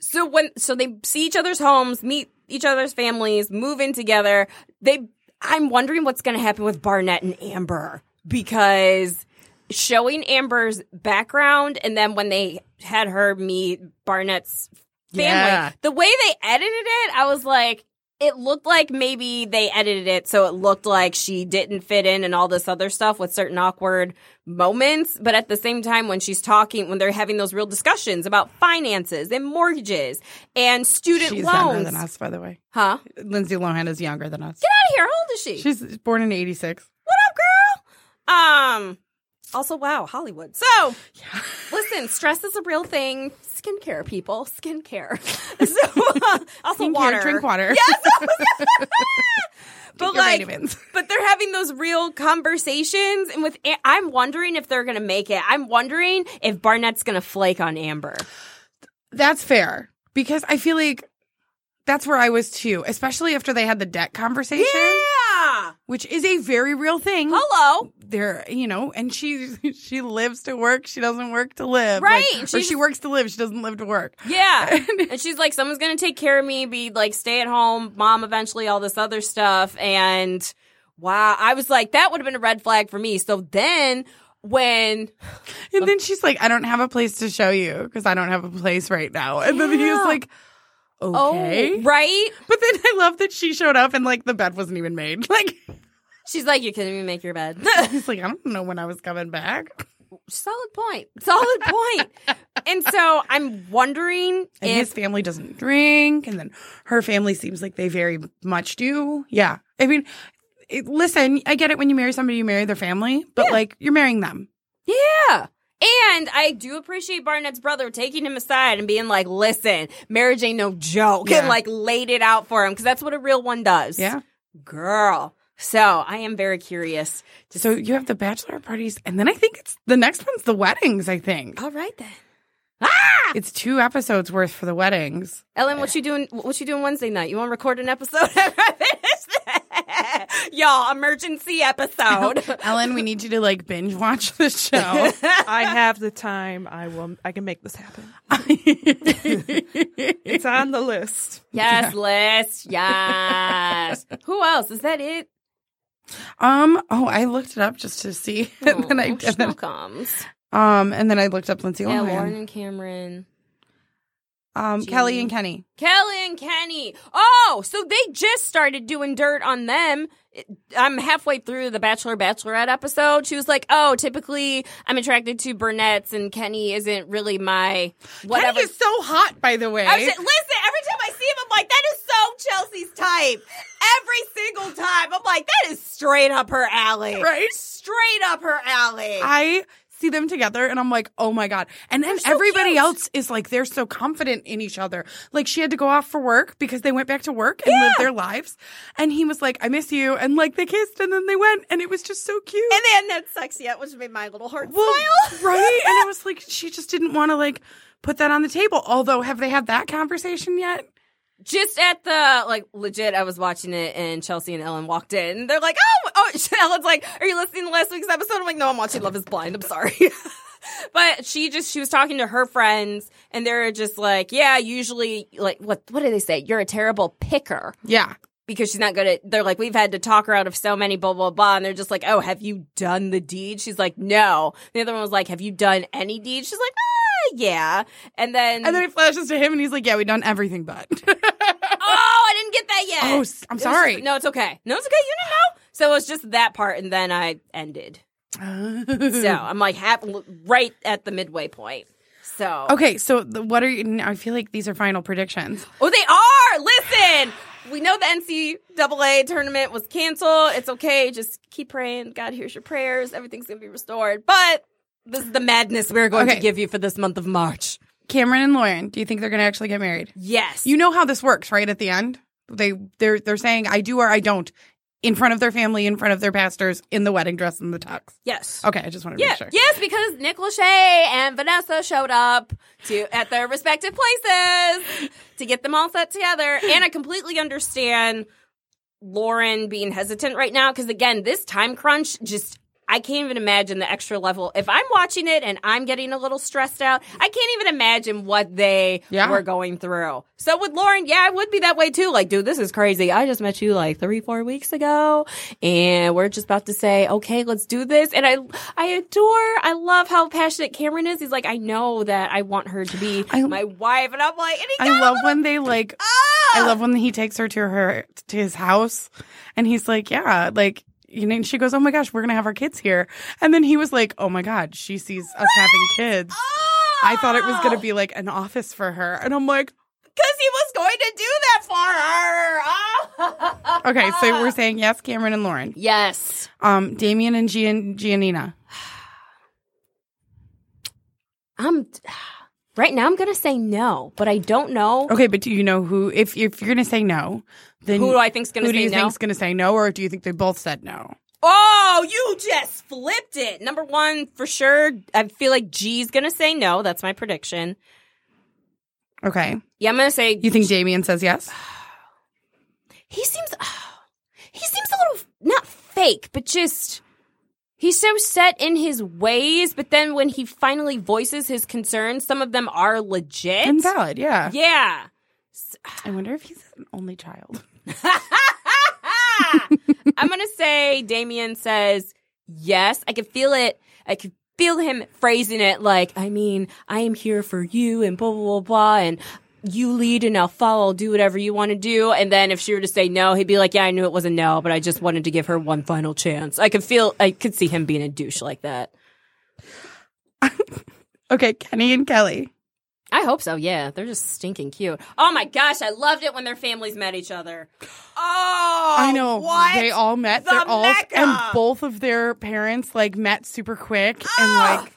[SPEAKER 3] so when so they see each other's homes, meet each other's families, move in together. They, I'm wondering what's going to happen with Barnett and Amber because showing Amber's background and then when they had her meet Barnett's family,
[SPEAKER 2] Yeah.
[SPEAKER 3] the way they edited it, I was like, it looked like maybe they edited it so it looked like she didn't fit in and all this other stuff with certain awkward moments. But at the same time, when she's talking, when they're having those real discussions about finances and mortgages and student
[SPEAKER 2] She's younger
[SPEAKER 3] loans,
[SPEAKER 2] than us, by the way.
[SPEAKER 3] huh? Get out
[SPEAKER 2] Lindsay Lohan is younger than us.
[SPEAKER 3] of here! How old is she?
[SPEAKER 2] She's born in 86.
[SPEAKER 3] what up, girl? Um. Also, wow, Hollywood. So, listen, stress is a real thing. Skincare, people, skincare. So, uh, also
[SPEAKER 2] Drink
[SPEAKER 3] water,
[SPEAKER 2] Here, drink water.
[SPEAKER 3] but
[SPEAKER 2] your
[SPEAKER 3] like,
[SPEAKER 2] vitamins.
[SPEAKER 3] but they're having those real conversations, and with A- I'm wondering if they're gonna make it. I'm wondering if Barnett's gonna flake on Amber.
[SPEAKER 2] That's fair because I feel like that's where I was too, especially after they had the debt conversation,
[SPEAKER 3] Yeah.
[SPEAKER 2] which is a very real thing.
[SPEAKER 3] Hello.
[SPEAKER 2] There, you know, and she she lives to work. She doesn't work to live, like-
[SPEAKER 3] Right,
[SPEAKER 2] or
[SPEAKER 3] she's-
[SPEAKER 2] she works to live. She doesn't live to work.
[SPEAKER 3] Yeah. and she's like, someone's going to take care of me, be like, stay at home, mom eventually, all this other stuff. And wow, I was like, that would have been a red flag for me. So then when,
[SPEAKER 2] And then she's like, "I don't have a place to show you because I don't have a place right now." And then he was
[SPEAKER 3] Yeah.
[SPEAKER 2] like, "Okay."
[SPEAKER 3] oh, right?
[SPEAKER 2] But then I love that she showed up and like the bed wasn't even made. Like
[SPEAKER 3] She's like, you couldn't even make your bed.
[SPEAKER 2] he's like, "I don't know when I was coming back."
[SPEAKER 3] Solid point. Solid point. and so I'm wondering
[SPEAKER 2] And
[SPEAKER 3] if
[SPEAKER 2] his family doesn't drink, and then her family seems like they very much do. Yeah. I mean, it, listen, I get it when you marry somebody, you marry their family, but like you're marrying them.
[SPEAKER 3] Yeah. And I do appreciate Barnett's brother taking him aside and being like, listen, marriage ain't no joke.
[SPEAKER 2] Yeah.
[SPEAKER 3] And like laid it out for him because that's what a real one does.
[SPEAKER 2] Yeah.
[SPEAKER 3] Girl. So I am very curious.
[SPEAKER 2] So you have the bachelor parties, and then I think it's the next one's the weddings, I think.
[SPEAKER 3] All right then.
[SPEAKER 2] It's two episodes worth for the weddings.
[SPEAKER 3] Ellen, what you doing what you doing Wednesday night? You wanna record an episode after I finish that? Y'all, emergency episode.
[SPEAKER 2] Ellen, we need you to like binge watch the show.
[SPEAKER 5] I have the time. I will. I can make this happen. It's on the list.
[SPEAKER 3] yes, list. Yes. Who else? Is that it?
[SPEAKER 2] um, oh, I looked it up just to see. and then I
[SPEAKER 3] Oh,
[SPEAKER 2] and then,
[SPEAKER 3] Schmalkums.
[SPEAKER 2] um and then I looked up Lindsay
[SPEAKER 3] Yeah,
[SPEAKER 2] Lohan.
[SPEAKER 3] Lauren and Cameron.
[SPEAKER 2] um Kelly and Kenny.
[SPEAKER 3] Kelly and Kenny. Oh, so they just started doing dirt on them. I'm halfway through the Bachelor Bachelorette episode. She was like, "Oh, typically I'm attracted to brunettes, and Kenny isn't really my whatever."
[SPEAKER 2] Kenny is so hot, by the way.
[SPEAKER 3] I was just- listen, every time I see him, I'm like, "That is so Chelsea's type." Every single time, I'm like, "That is straight up her alley."
[SPEAKER 2] Right?
[SPEAKER 3] Straight up her alley.
[SPEAKER 2] I see them together and I'm like, oh my God. And then
[SPEAKER 3] so
[SPEAKER 2] everybody
[SPEAKER 3] cute.
[SPEAKER 2] else is like, they're so confident in each other. Like she had to go off for work because they went back to work and lived their lives. And he was like, I miss you. And like they kissed and then they went and it was just so cute.
[SPEAKER 3] and they hadn't had sex yet, which made my little heart
[SPEAKER 2] Well,
[SPEAKER 3] smile.
[SPEAKER 2] right? And I was like, she just didn't want to like put that on the table. Although, have they had that conversation yet?
[SPEAKER 3] just at the like legit i was watching it and chelsea and ellen walked in they're like oh oh ellen's like are you listening to last week's episode i'm like no i'm watching love is blind i'm sorry but she just she was talking to her friends and they're just like yeah usually like what what do they say you're a terrible picker
[SPEAKER 2] Yeah.
[SPEAKER 3] because she's not good at they're like we've had to talk her out of so many blah blah blah and they're just like oh have you done the deed she's like no the other one was like have you done any deed she's like ah, yeah and then
[SPEAKER 2] And then it flashes to him and he's like, yeah, we've done everything but.
[SPEAKER 3] oh, I didn't it.
[SPEAKER 2] Oh, s- I'm
[SPEAKER 3] It was
[SPEAKER 2] sorry.
[SPEAKER 3] just- no, it's okay. No, it's okay. You didn't know. So it was just that part, and then I ended. So I'm like half, right at the midway point. So
[SPEAKER 2] Okay, so the, what are you? now I feel like these are final predictions.
[SPEAKER 3] Oh, they are. Listen, we know the NCAA tournament was canceled. It's okay. Just keep praying. God hears your prayers. Everything's gonna be restored. But this is the madness we're going
[SPEAKER 2] Okay.
[SPEAKER 3] to give you for this month of March.
[SPEAKER 2] Cameron and Lauren, do you think they're going to actually get married?
[SPEAKER 3] Yes.
[SPEAKER 2] You know how this works, right? At the end, they they're they're saying I do or I don't in front of their family, in front of their pastors, in the wedding dress and the tux.
[SPEAKER 3] yes.
[SPEAKER 2] Okay, I just wanted to
[SPEAKER 3] Yeah.
[SPEAKER 2] make sure.
[SPEAKER 3] Yes, because Nick Lachey and Vanessa showed up to at their respective places to get them all set together. And I completely understand Lauren being hesitant right now because again, this time crunch just I can't even imagine the extra level. If I'm watching it and I'm getting a little stressed out, I can't even imagine what they
[SPEAKER 2] Yeah.
[SPEAKER 3] were going through. So with Lauren, yeah, I would be that way too. Like, dude, this is crazy. I just met you like three, four weeks ago, and we're just about to say, okay, let's do this. And I, I adore, I love how passionate Cameron is. He's like, I know that I want her to be
[SPEAKER 2] I-
[SPEAKER 3] my wife, and I'm like, and he got
[SPEAKER 2] I
[SPEAKER 3] a
[SPEAKER 2] love
[SPEAKER 3] little-
[SPEAKER 2] when they like. I love when he takes her to her to his house, and he's like, "Yeah, like." You know, and she goes, "Oh my gosh, we're gonna have our kids here," and then he was like, "Oh my god, she sees us having kids." I thought it was gonna be like an office for her, and I'm like,
[SPEAKER 3] because he was going to do that for her. Oh.
[SPEAKER 2] "Okay, so we're saying yes, Cameron and Lauren,
[SPEAKER 3] yes,
[SPEAKER 2] um, Damien and Gian- Giannina."
[SPEAKER 3] I'm. Right now, I'm gonna say no, but I don't know
[SPEAKER 2] Okay, but do you know who? If if you're gonna say no, then
[SPEAKER 3] who do I think's gonna
[SPEAKER 2] who
[SPEAKER 3] say
[SPEAKER 2] do you
[SPEAKER 3] no.
[SPEAKER 2] think's gonna say no, or do you think they both said no?
[SPEAKER 3] Oh, you just flipped it. Number one, for sure. I feel like G's gonna say no. That's my prediction.
[SPEAKER 2] Okay,
[SPEAKER 3] Yeah, I'm gonna say
[SPEAKER 2] you think Damien says yes?
[SPEAKER 3] he seems. he seems a little not fake, but just he's so set in his ways. But then when he finally voices his concerns, some of them are legit.
[SPEAKER 2] Invalid, yeah.
[SPEAKER 3] yeah.
[SPEAKER 2] I wonder if he's an only child.
[SPEAKER 3] Ah! I'm gonna say Damien says yes. I could feel it. I could feel him phrasing it like, I mean, I am here for you and blah blah blah blah and you lead and I'll follow, do whatever you want to do. And then if she were to say no, he'd be like, Yeah, I knew it was a no, but I just wanted to give her one final chance. I could feel I could see him being a douche like that.
[SPEAKER 2] Okay, Kenny and Kelly.
[SPEAKER 3] I hope so, yeah. They're just stinking cute. Oh my gosh, I loved it when their families met each other. Oh
[SPEAKER 2] I know
[SPEAKER 3] what?
[SPEAKER 2] they all met.
[SPEAKER 3] The
[SPEAKER 2] they're all
[SPEAKER 3] Mecca!
[SPEAKER 2] and both of their parents like met super quick
[SPEAKER 3] Ah,
[SPEAKER 2] and like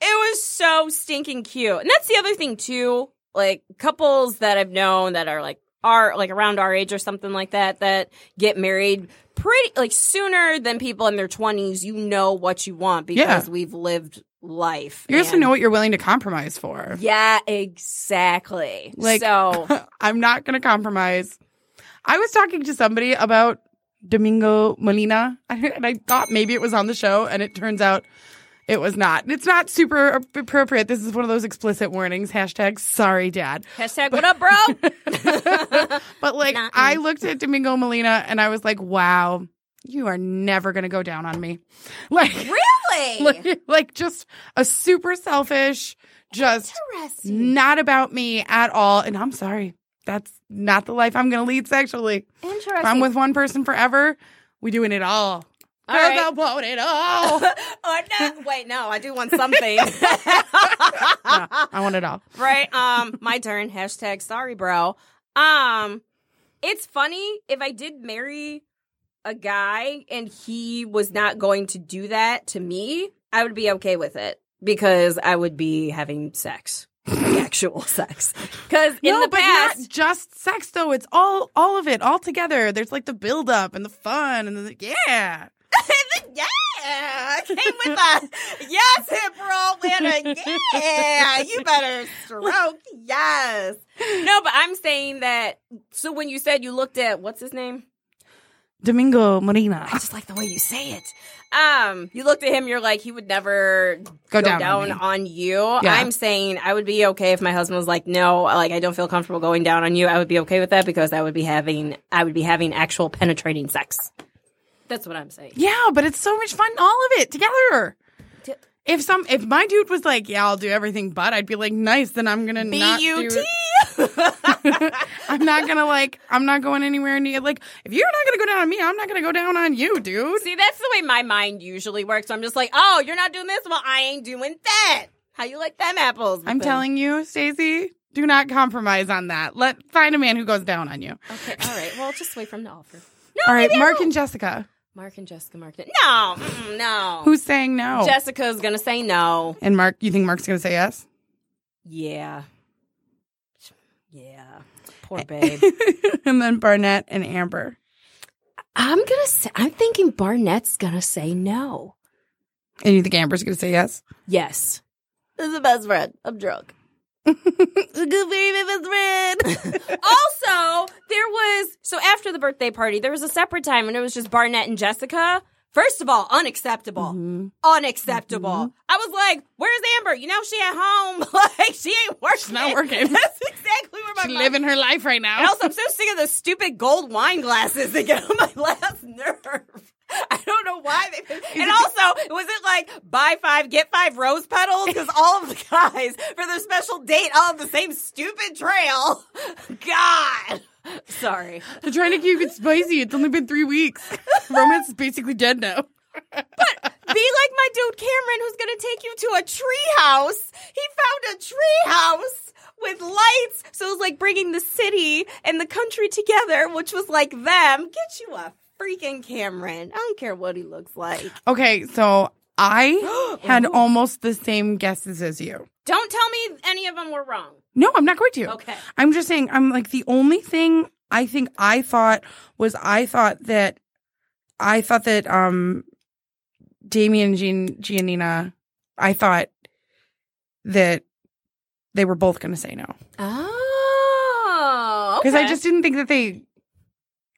[SPEAKER 3] It was so stinking cute. And that's the other thing too. Like couples that I've known that are like are like around our age or something like that that get married pretty like sooner than people in their 20s, you know what you want because
[SPEAKER 2] Yeah.
[SPEAKER 3] we've lived life.
[SPEAKER 2] you also
[SPEAKER 3] and-
[SPEAKER 2] know what you're willing to compromise for.
[SPEAKER 3] Yeah, exactly.
[SPEAKER 2] Like-
[SPEAKER 3] so
[SPEAKER 2] I'm not gonna compromise. I was talking to somebody about Domingo Molina, and I thought maybe it was on the show, and it turns out it was not. It's not super appropriate. This is one of those explicit warnings. Hashtag sorry, dad.
[SPEAKER 3] hashtag what up, bro?
[SPEAKER 2] But like,
[SPEAKER 3] Not me.
[SPEAKER 2] I looked at Domingo Molina and I was like, wow, you are never going to go down on me. Like,
[SPEAKER 3] really?
[SPEAKER 2] like, like, just a super selfish, just
[SPEAKER 3] Interesting.
[SPEAKER 2] not about me at all. And I'm sorry. That's not the life I'm going to lead sexually.
[SPEAKER 3] Interesting.
[SPEAKER 2] If I'm with one person forever, we doing it all.
[SPEAKER 3] All
[SPEAKER 2] Girl,
[SPEAKER 3] right.
[SPEAKER 2] go blow it all.
[SPEAKER 3] Oh, no. Wait, no, I do want something.
[SPEAKER 2] No, I want it all.
[SPEAKER 3] right? Um, my turn. Hashtag sorry, bro. Um, it's funny if I did marry a guy and he was not going to do that to me, I would be okay with it because I would be having sex, Like actual sex. Because in
[SPEAKER 2] no,
[SPEAKER 3] the
[SPEAKER 2] but
[SPEAKER 3] past,
[SPEAKER 2] not just sex though. It's all all of it all together. There's like the build up and the fun and the yeah.
[SPEAKER 3] yeah, came with a yes hip roll and a yeah. You better stroke yes. No, but I'm saying that. So when you said you looked at what's his name,
[SPEAKER 2] Domingo Marina.
[SPEAKER 3] I just like the way you say it. Um, you looked at him, you're like, he would never
[SPEAKER 2] Go down on me.
[SPEAKER 3] on, you.
[SPEAKER 2] Yeah.
[SPEAKER 3] I'm saying I would be okay if my husband was like, no, like I don't feel comfortable going down on you. I would be okay with that because I would be having I would be having actual penetrating sex. That's what I'm saying.
[SPEAKER 2] Yeah, but it's so much fun, all of it together. If some, if my dude was like, "Yeah, I'll do everything," but I'd be like, "Nice," then I'm gonna not do.
[SPEAKER 3] B-U-T.
[SPEAKER 2] I'm not gonna like. I'm not going anywhere near. Like, if you're not gonna go down on me, I'm not gonna go down on you, dude.
[SPEAKER 3] See, that's the way my mind usually works. I'm just like, oh, you're not doing this? Well, I ain't doing that. How you like them apples?
[SPEAKER 2] I'm telling you, Stacey, do not compromise on that. Let find a man who goes down on you.
[SPEAKER 3] Okay, all right. Well, just wait for him to offer.
[SPEAKER 2] All right, Mark and Jessica,
[SPEAKER 3] Mark and Jessica, Mark. No, mm, no.
[SPEAKER 2] who's saying no?
[SPEAKER 3] Jessica's gonna say no.
[SPEAKER 2] and Mark, you think Mark's gonna say yes?
[SPEAKER 3] Yeah, yeah. Poor babe.
[SPEAKER 2] and then Barnett and Amber.
[SPEAKER 3] I'm gonna say. I'm thinking Barnett's gonna say no.
[SPEAKER 2] And you think Amber's gonna say yes?
[SPEAKER 3] Yes. This is the best friend. I'm drunk. Good very best friend. also, there was so after the birthday party, there was a separate time and it was just Barnett and Jessica. First of all, unacceptable. Unacceptable. I was like, where's Amber? You know she at home. like she ain't working. She's
[SPEAKER 2] not working.
[SPEAKER 3] That's exactly where my
[SPEAKER 2] She's
[SPEAKER 3] mind-
[SPEAKER 2] living her life right now.
[SPEAKER 3] and also, I'm so sick of those stupid gold wine glasses that get on my last nerve. I don't know why they. And also, was it like buy five get five rose petals? Because all of the guys for their special date all have the same stupid trail. God, sorry.
[SPEAKER 2] They're trying to keep it spicy. It's only been three weeks. Romance is basically dead now.
[SPEAKER 3] Be like my dude Cameron, who's gonna take you to a tree house. He found a tree house with lights, so it was like bringing the city and the country together, which was like them. Get you a freaking Cameron. I don't care what he looks like.
[SPEAKER 2] Okay, so I had almost the same guesses as you.
[SPEAKER 3] Don't tell me any of them were wrong.
[SPEAKER 2] No, I'm not going to.
[SPEAKER 3] Okay.
[SPEAKER 2] I'm just saying, I'm like, the only thing I think I thought was I thought that, I thought that, um, Damien and Gian, Giannina, I thought that they were both going to say no.
[SPEAKER 3] Oh,
[SPEAKER 2] Because I just didn't think that they,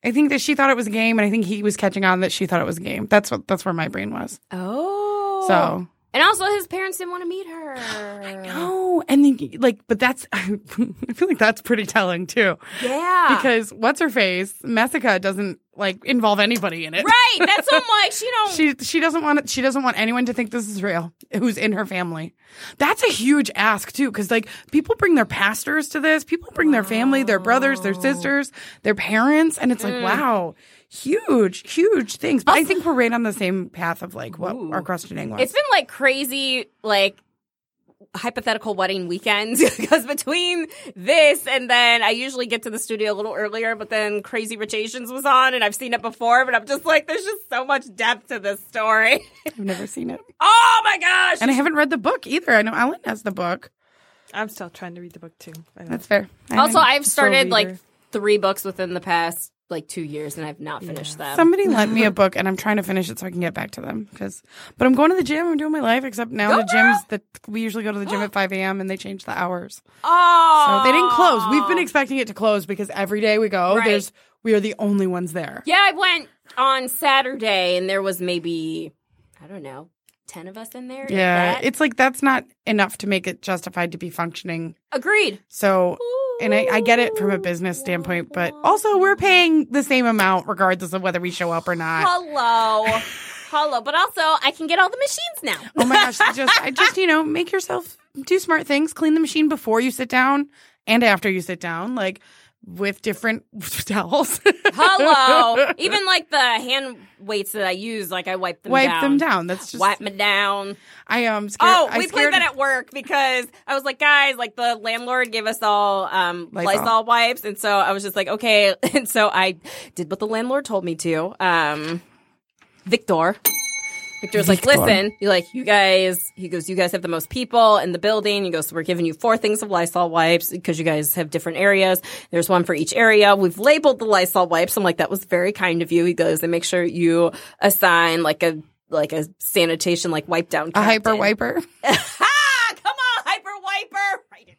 [SPEAKER 2] I think that she thought it was a game and I think he was catching on that she thought it was a game. That's what, that's where my brain was.
[SPEAKER 3] oh
[SPEAKER 2] So.
[SPEAKER 3] and also his parents didn't want to meet her. I
[SPEAKER 2] No, and then like, but that's I feel like that's pretty telling too,
[SPEAKER 3] yeah,
[SPEAKER 2] because what's her face Messica doesn't like involve anybody in it.
[SPEAKER 3] right. That's what I'm like. She don't.
[SPEAKER 2] She she doesn't want it, she doesn't want anyone to think this is real. Who's in her family? That's a huge ask too, because like people bring their pastors to this, people bring their family, their brothers,
[SPEAKER 3] Oh.
[SPEAKER 2] their sisters, their parents, and it's like
[SPEAKER 3] Mm.
[SPEAKER 2] wow, huge, huge things. But I think we're right on the same path of like what our questioning was.
[SPEAKER 3] it's been like crazy, like hypothetical wedding weekends because between this and then I usually get to the studio a little earlier, but then Crazy Rich Asians was on and I've seen it before, but I'm just like, there's just so much depth to this story.
[SPEAKER 2] I've never seen it,
[SPEAKER 3] oh my gosh!
[SPEAKER 2] and I haven't read the book either. I know Ellen has the book.
[SPEAKER 5] I'm still trying to read the book too. I know.
[SPEAKER 2] That's fair. I
[SPEAKER 3] Also,
[SPEAKER 2] mean,
[SPEAKER 3] I've started like
[SPEAKER 5] reader.
[SPEAKER 3] three books within the past like two years, and I've not finished them.
[SPEAKER 2] somebody lent me a book, and I'm trying to finish it so I can get back to them. Because, but I'm going to the gym. I'm doing my life. Except now the gyms that we usually go to the gym at 5 a.m. and they changed the hours.
[SPEAKER 3] oh,
[SPEAKER 2] So they didn't close. We've been expecting it to close because every day we go,
[SPEAKER 3] Right.
[SPEAKER 2] there's we are the only ones there.
[SPEAKER 3] yeah, I went on Saturday, and there was maybe I don't know ten of us in there. if
[SPEAKER 2] Yeah,
[SPEAKER 3] that.
[SPEAKER 2] it's like that's not enough to make it justified to be functioning.
[SPEAKER 3] agreed.
[SPEAKER 2] So. And I, I get it from a business standpoint, but also we're paying the same amount regardless of whether we show up or not.
[SPEAKER 3] Hello, hello. But also, I can get all the machines now.
[SPEAKER 2] Oh my gosh, just I just, you know, make yourself do smart things, clean the machine before you sit down and after you sit down, like with different towels.
[SPEAKER 3] Hello, even like the hand weights that I use, like I wipe them
[SPEAKER 2] Wipe
[SPEAKER 3] down.
[SPEAKER 2] them down. That's just
[SPEAKER 3] Wipe me down.
[SPEAKER 2] I am um, scared.
[SPEAKER 3] Oh,
[SPEAKER 2] I
[SPEAKER 3] we
[SPEAKER 2] scared-
[SPEAKER 3] played that at work because I was like, guys, like the landlord gave us all um,
[SPEAKER 2] Lysol.
[SPEAKER 3] Lysol. wipes, and so I was just like, okay, and so I did what the landlord told me to. Um, Victor. Victor's like, listen, you like, you guys, he goes, you guys have the most people in the building. He goes, so we're giving you four things of Lysol wipes because you guys have different areas. There's one for each area. We've labeled the Lysol wipes. I'm like, that was very kind of you. He goes, and make sure you assign like a, like a sanitation, like wipe down.
[SPEAKER 2] a hyper
[SPEAKER 3] captain."
[SPEAKER 2] wiper.
[SPEAKER 3] ha! Ah, Come on, hyper wiper. Write it down.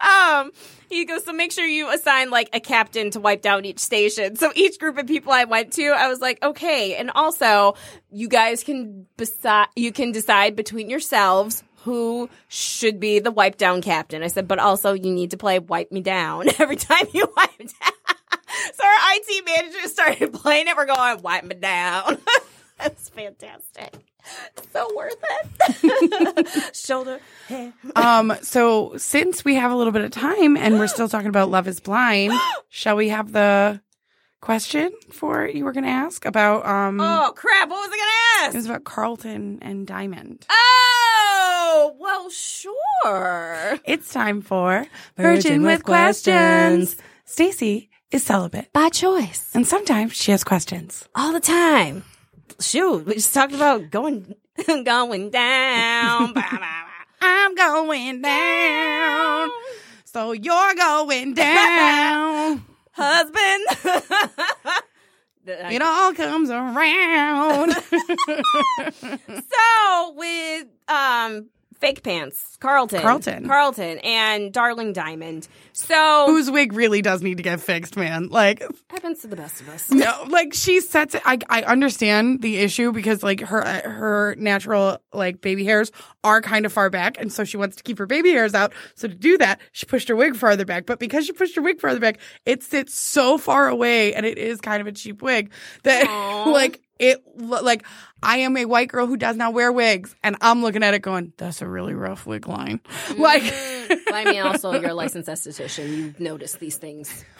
[SPEAKER 3] Um, he goes, so make sure you assign like a captain to wipe down each station. So each group of people I went to, I was like, okay. And also, you guys can besi- you can decide between yourselves who should be the wipe down captain. I said, but also you need to play wipe me down every time you wipe down. so our IT manager started playing it. We're going, wipe me down. That's fantastic. So worth it. shoulder.
[SPEAKER 2] Um, so since we have a little bit of time and we're still talking about Love is Blind, shall we have the question for you were going to ask about um
[SPEAKER 3] Oh crap! What was I
[SPEAKER 2] it
[SPEAKER 3] gonna
[SPEAKER 2] was
[SPEAKER 3] ask?
[SPEAKER 2] about Carlton and Diamond.
[SPEAKER 3] Oh well, sure.
[SPEAKER 2] It's time for Virgin, with, questions. Stacy is celibate
[SPEAKER 3] By choice,
[SPEAKER 2] and sometimes she has questions.
[SPEAKER 3] all the time. Shoot, we just talked about going going down. Bah, bah, bah.
[SPEAKER 2] I'm going down. So you're going down.
[SPEAKER 3] Husband.
[SPEAKER 2] it all comes around.
[SPEAKER 3] so with um fake pants, Carlton,
[SPEAKER 2] Carlton.
[SPEAKER 3] Carlton, and Darling Diamond. So
[SPEAKER 2] Whose wig really does need to get fixed, man. Like
[SPEAKER 3] happens to the best of us.
[SPEAKER 2] No, like she sets it. I I understand the issue because like her her natural like baby hairs are kind of far back, and so she wants to keep her baby hairs out. So to do that, she pushed her wig farther back. But because she pushed her wig farther back, it sits so far away, and it is kind of a cheap wig that like it lo- like I am a white girl who does not wear wigs, and I'm looking at it going, that's a really rough wig line. Like.
[SPEAKER 3] But I mean, also you're a licensed esthetician. You notice these things.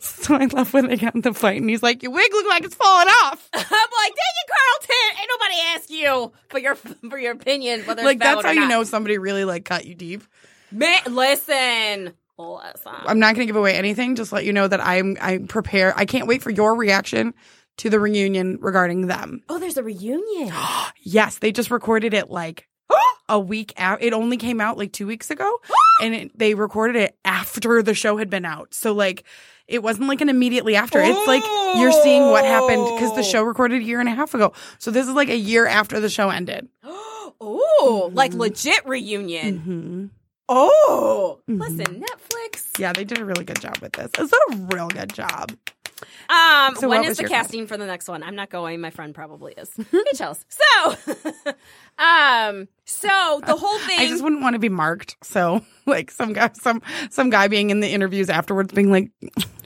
[SPEAKER 2] So I love when they got in the fight, and he's like, "Your wig look like it's falling off."
[SPEAKER 3] I'm like, dang it, Carlton! Ain't nobody asked you for your for your opinion whether
[SPEAKER 2] like
[SPEAKER 3] it's
[SPEAKER 2] that's
[SPEAKER 3] valid or
[SPEAKER 2] how you know
[SPEAKER 3] not.
[SPEAKER 2] somebody really like cut you deep.
[SPEAKER 3] Ma- listen, listen.
[SPEAKER 2] I'm not going to give away anything. Just let you know that I'm I'm prepared. I can't wait for your reaction to the reunion regarding them.
[SPEAKER 3] oh, there's a reunion.
[SPEAKER 2] Yes, they just recorded it like a week out. It only came out like two weeks ago, and it, they recorded it after the show had been out. So like. It wasn't like an immediately after. It's like you're seeing what happened because the show recorded a year and a half ago. So this is like a year after the show ended.
[SPEAKER 3] oh,
[SPEAKER 2] Mm-hmm.
[SPEAKER 3] like legit reunion. Oh,
[SPEAKER 2] Mm-hmm.
[SPEAKER 3] listen, Netflix.
[SPEAKER 2] Yeah, they did a really good job with this. It's a real good job.
[SPEAKER 3] Um,
[SPEAKER 2] So
[SPEAKER 3] when
[SPEAKER 2] what
[SPEAKER 3] is
[SPEAKER 2] was
[SPEAKER 3] the
[SPEAKER 2] your
[SPEAKER 3] casting for the next one? I'm not going. My friend probably is. hey, Chels. So, um, so the whole thing.
[SPEAKER 2] I just wouldn't want to be marked. So like some guy, some some guy being in the interviews afterwards, being like,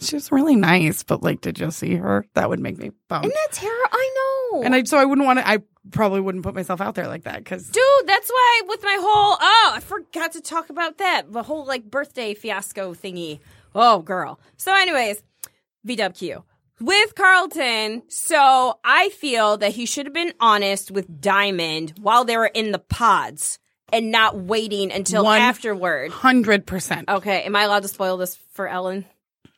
[SPEAKER 2] "She's really nice, but like, did you see her?" That would make me bummed.
[SPEAKER 3] that's terrible. I know.
[SPEAKER 2] And I so I wouldn't want to. I probably wouldn't put myself out there like that because
[SPEAKER 3] Dude, that's why with my whole oh, I forgot to talk about that. The whole like birthday fiasco thingy. Oh, girl. So anyways, VWQ. With Carlton, so I feel that he should have been honest with Diamond while they were in the pods and not waiting until
[SPEAKER 2] One
[SPEAKER 3] afterward.
[SPEAKER 2] hundred percent.
[SPEAKER 3] Okay, am I allowed to spoil this for Ellen?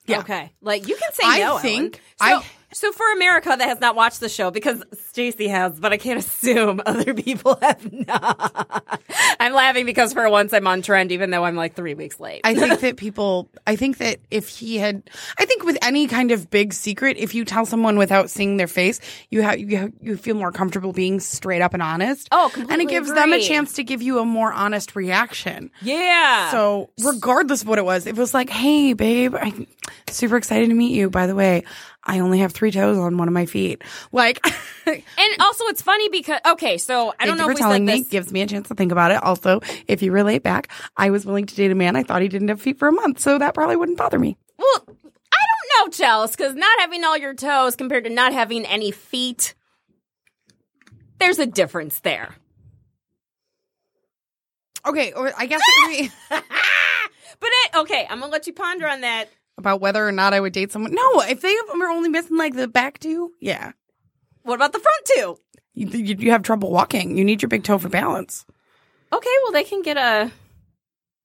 [SPEAKER 2] Yeah.
[SPEAKER 3] Okay. Like you can say
[SPEAKER 2] I
[SPEAKER 3] no.
[SPEAKER 2] think-
[SPEAKER 3] Ellen.
[SPEAKER 2] I-
[SPEAKER 3] So, so for America that has not watched the show because Stacy has, but I can't assume other people have not. I'm laughing because for once I'm on trend, even though I'm like three weeks late.
[SPEAKER 2] I think that people, I think that if he had, I think with any kind of big secret, if you tell someone without seeing their face, you have, you have, you feel more comfortable being straight up and honest.
[SPEAKER 3] Oh,
[SPEAKER 2] And
[SPEAKER 3] completely
[SPEAKER 2] it gives them a
[SPEAKER 3] agree.
[SPEAKER 2] chance to give you a more honest reaction.
[SPEAKER 3] yeah.
[SPEAKER 2] So, regardless of what it was, it was like, hey, babe, I'm super excited to meet you. By the way, I only have three toes on one of my feet. Like,
[SPEAKER 3] and also it's funny because okay, so I
[SPEAKER 2] thank you
[SPEAKER 3] don't know
[SPEAKER 2] for
[SPEAKER 3] if we said
[SPEAKER 2] telling me.
[SPEAKER 3] this.
[SPEAKER 2] Gives me a chance to think about it. Also, if you relate back, I was willing to date a man I thought he didn't have feet for a month, so that probably wouldn't bother me.
[SPEAKER 3] Well, I don't know, Chels, because not having all your toes compared to not having any feet, there's a difference there.
[SPEAKER 2] Okay, or I guess
[SPEAKER 3] But it, okay, I'm gonna let you ponder on that.
[SPEAKER 2] about whether or not I would date someone. No, if they are only missing like the back two, yeah,
[SPEAKER 3] What about the front two?
[SPEAKER 2] you, you, you have trouble walking. You need your big toe for balance.
[SPEAKER 3] Okay, well they can get a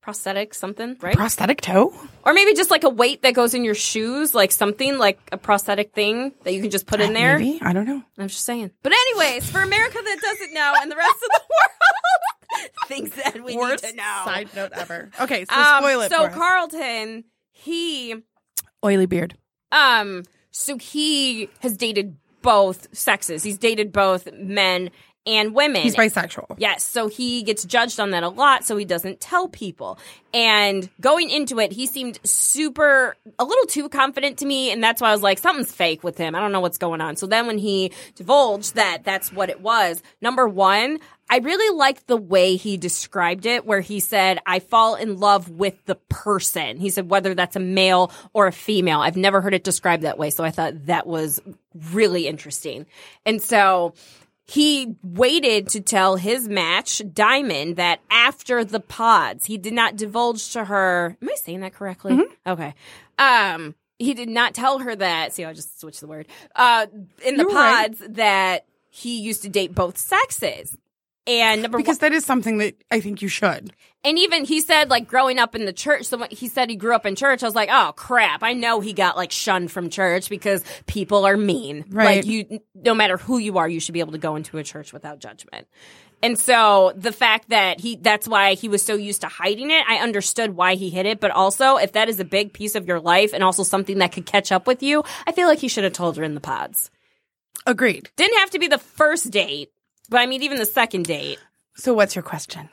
[SPEAKER 3] prosthetic something, right?
[SPEAKER 2] Prosthetic toe.
[SPEAKER 3] or maybe just like a weight that goes in your shoes, like something like a prosthetic thing that you can just put in there.
[SPEAKER 2] Maybe I don't know.
[SPEAKER 3] I'm just saying. But anyways, for America that doesn't know and the rest of the world things that we
[SPEAKER 2] Worst
[SPEAKER 3] need to know.
[SPEAKER 2] side note ever. Okay, so
[SPEAKER 3] Um,
[SPEAKER 2] spoil it.
[SPEAKER 3] so
[SPEAKER 2] for us.
[SPEAKER 3] Carlton, he
[SPEAKER 2] oily beard.
[SPEAKER 3] Um, so he has dated both sexes. He's dated both men and women.
[SPEAKER 2] He's bisexual.
[SPEAKER 3] Yes, so he gets judged on that a lot, so he doesn't tell people. And going into it, he seemed super, a little too confident to me, and that's why I was like, something's fake with him. I don't know what's going on. So then when he divulged that that's what it was, number one, I really liked the way he described it, where he said, I fall in love with the person. He said, whether that's a male or a female. I've never heard it described that way, so I thought that was really interesting. And so, He waited to tell his match, Diamond, that after the pods, he did not divulge to her. Am I saying that correctly?
[SPEAKER 2] Mm-hmm.
[SPEAKER 3] Okay. Um, he did not tell her that. See, I just switched the word. Uh, in the
[SPEAKER 2] You were right.
[SPEAKER 3] pods that he used to date both sexes. And number one,
[SPEAKER 2] because that is something that I think you should.
[SPEAKER 3] and even he said like growing up in the church. So when he said he grew up in church. I was like, oh crap! I know he got like shunned from church because people are mean.
[SPEAKER 2] Right.
[SPEAKER 3] Like you, no matter who you are, you should be able to go into a church without judgment. And so the fact that he, that's why he was so used to hiding it. I understood why he hid it, but also if that is a big piece of your life and also something that could catch up with you, I feel like he should have told her in the pods.
[SPEAKER 2] Agreed.
[SPEAKER 3] Didn't have to be the first date, but I mean even the second date.
[SPEAKER 2] So what's your question?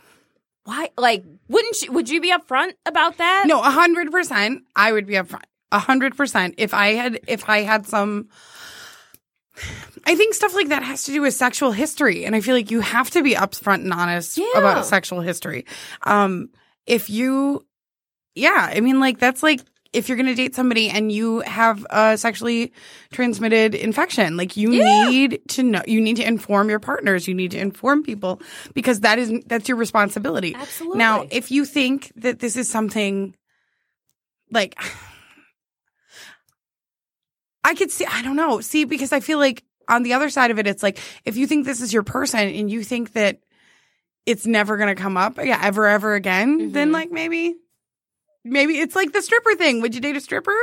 [SPEAKER 3] Why? Like, wouldn't you? Would you be upfront about that?
[SPEAKER 2] No, a hundred percent. I would be upfront. A hundred percent. If I had, if I had some, I think stuff like that has to do with sexual history, and I feel like you have to be upfront and honest
[SPEAKER 3] Yeah.
[SPEAKER 2] about sexual history. Um, if you, yeah, I mean, like that's like if you're gonna date somebody and you have a sexually transmitted infection, like you need to know, you need to inform your partners, you need to inform people because that is that's your responsibility.
[SPEAKER 3] Absolutely.
[SPEAKER 2] Now, if you think that this is something like I could see I don't know. See, because I feel like on the other side of it, it's like if you think this is your person and you think that it's never gonna come up yeah, ever, ever again,
[SPEAKER 3] Mm-hmm.
[SPEAKER 2] then like maybe maybe it's like the stripper thing. Would you date a stripper?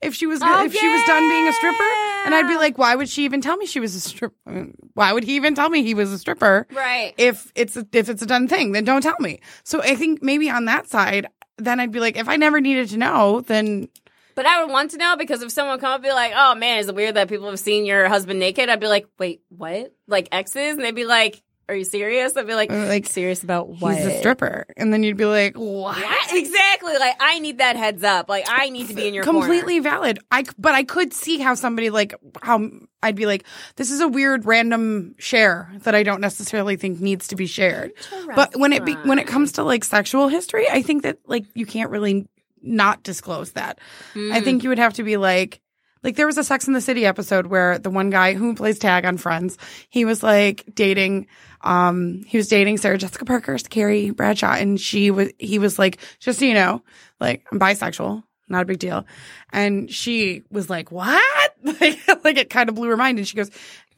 [SPEAKER 2] If she was
[SPEAKER 3] Oh,
[SPEAKER 2] if she was done being a stripper, and I'd be
[SPEAKER 3] yeah.
[SPEAKER 2] like, why would she even tell me she was a stripper? Why would he even tell me he was a stripper?
[SPEAKER 3] Right.
[SPEAKER 2] if it's a, if it's a done thing, then don't tell me. So I think maybe on that side, then I'd be like, if I never needed to know, then
[SPEAKER 3] but I would want to know because if someone come up and be like, "Oh man, is it weird that people have seen your husband naked?" I'd be like, "Wait, what?" Like exes, and they'd be like, "Are you serious?" I'd be like,
[SPEAKER 2] Uh,
[SPEAKER 3] "Like
[SPEAKER 2] like,
[SPEAKER 3] serious about what?"
[SPEAKER 2] he's a stripper, and then you'd be like, what?
[SPEAKER 3] What? Exactly. Like I need that heads up. Like I need to be in your corner.
[SPEAKER 2] Completely valid. I c- but I could see how somebody like how I'd be like, this is a weird random share that I don't necessarily think needs to be shared. But when it be, when it comes to like sexual history, I think that like you can't really not disclose that. I
[SPEAKER 3] Hmm.
[SPEAKER 2] think you would have to be like, like there was a Sex in the City episode where the one guy who plays tag on Friends, he was like dating, um, he was dating Sarah Jessica Parker's Carrie Bradshaw, and she was, he was like, just so you know, like I'm bisexual, not a big deal, and she was like, what? Like, like it kind of blew her mind, and she goes,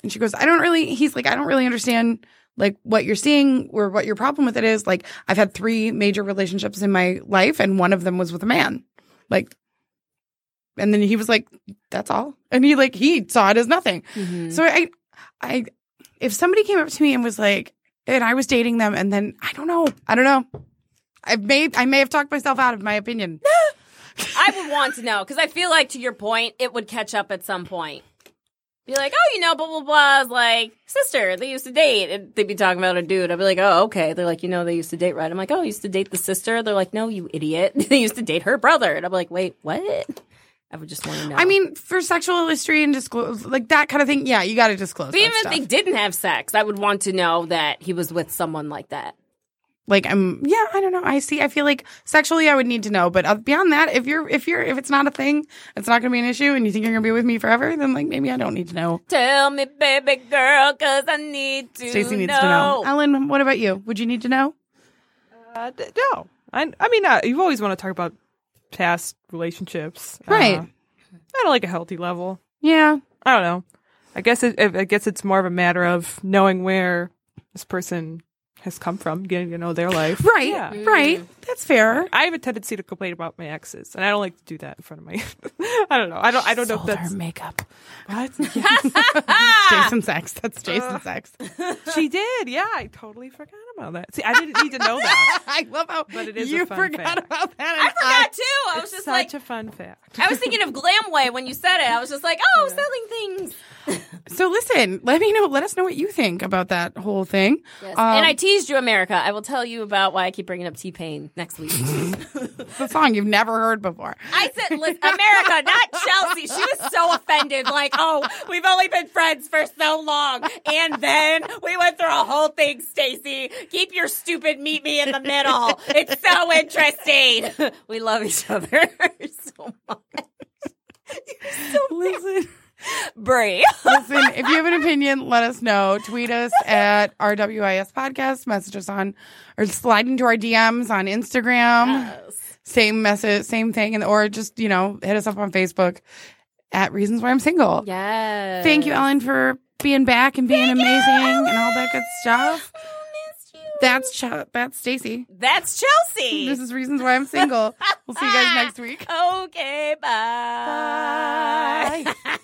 [SPEAKER 2] and she goes, I don't really. He's like, I don't really understand like what you're seeing or what your problem with it is. Like I've had three major relationships in my life, and one of them was with a man, like. And then he was like, "That's all," and he like he saw it as nothing. So I, I, if somebody came up to me and was like, and I was dating them, and then I don't know, I don't know, I may I may have talked myself out of my opinion.
[SPEAKER 3] I would want to know because I feel like, to your point, it would catch up at some point. Be like, oh, you know, blah blah blah. Is like sister, they used to date, and they'd be talking about a dude. I'd be like, oh, okay. They're like, you know, they used to date, right? I'm like, oh, used to date the sister. They're like, no, you idiot. they used to date her brother, and I'm like, wait, what? I would just want to know.
[SPEAKER 2] I mean, for sexual history and disclose like that kind of thing, yeah, you got to disclose.
[SPEAKER 3] but
[SPEAKER 2] that
[SPEAKER 3] even if
[SPEAKER 2] stuff.
[SPEAKER 3] they didn't have sex, I would want to know that he was with someone like that.
[SPEAKER 2] like i'm yeah i don't know i see i feel like sexually i would need to know but uh, beyond that if you're if you're if it's not a thing it's not gonna be an issue and you think you're gonna be with me forever then like maybe i don't need to know
[SPEAKER 3] Tell me, baby girl, because I need to.
[SPEAKER 2] stacy needs
[SPEAKER 3] know.
[SPEAKER 2] to know ellen what about you would you need to know
[SPEAKER 5] Uh, d- no, I, I mean, uh, you always want to talk about past relationships, uh,
[SPEAKER 2] Right.
[SPEAKER 5] At like a healthy level.
[SPEAKER 2] yeah
[SPEAKER 5] I don't know. I guess it, I guess it's more of a matter of knowing where this person has come from, getting to know their life.
[SPEAKER 2] right
[SPEAKER 5] Yeah.
[SPEAKER 2] right that's fair
[SPEAKER 5] I have a tendency to complain about my exes, and I don't like to do that in front of my. I don't know. I don't. I don't know if
[SPEAKER 2] Sold
[SPEAKER 5] that's
[SPEAKER 2] her makeup
[SPEAKER 5] what
[SPEAKER 3] Ah!
[SPEAKER 2] jason sex that's jason sex
[SPEAKER 5] she did. Yeah, I totally forgot about that. See, I didn't need to know that.
[SPEAKER 2] i love how
[SPEAKER 5] But it is a
[SPEAKER 2] you
[SPEAKER 5] fun
[SPEAKER 2] forgot
[SPEAKER 5] fact.
[SPEAKER 2] about that
[SPEAKER 3] I
[SPEAKER 2] and
[SPEAKER 3] forgot too. I was just
[SPEAKER 5] Such
[SPEAKER 3] like,
[SPEAKER 5] a fun fact.
[SPEAKER 3] I was thinking of Glamway when you said it. I was just like, oh, selling things.
[SPEAKER 2] so listen let me know let us know what you think about that whole thing Um,
[SPEAKER 3] and I teased you, America. I will tell you about why I keep bringing up T Pain next week.
[SPEAKER 2] the song you've never heard before
[SPEAKER 3] I said, listen, America, not Chelsea. She was so offended. Like, oh, we've only been friends for so long. And then we went through a whole thing, Stacy. Keep your stupid meet me in the middle. It's so interesting. We love each other so much. You're so
[SPEAKER 2] Listen,
[SPEAKER 3] Brie.
[SPEAKER 2] Listen, if you have an opinion, let us know. Tweet us at RWIS Podcast. Message us on or slide into our DMs on Instagram. Same message, same thing. And, or just, you know, hit us up on Facebook at Reasons Why I'm Single.
[SPEAKER 3] Yes.
[SPEAKER 2] Thank you, Ellen, for being back and being amazing and all that good stuff. That's Ch- that's Stacy.
[SPEAKER 3] That's Chelsea.
[SPEAKER 2] This is Reasons Why I'm Single. We'll see you guys next week.
[SPEAKER 3] okay, bye. Bye.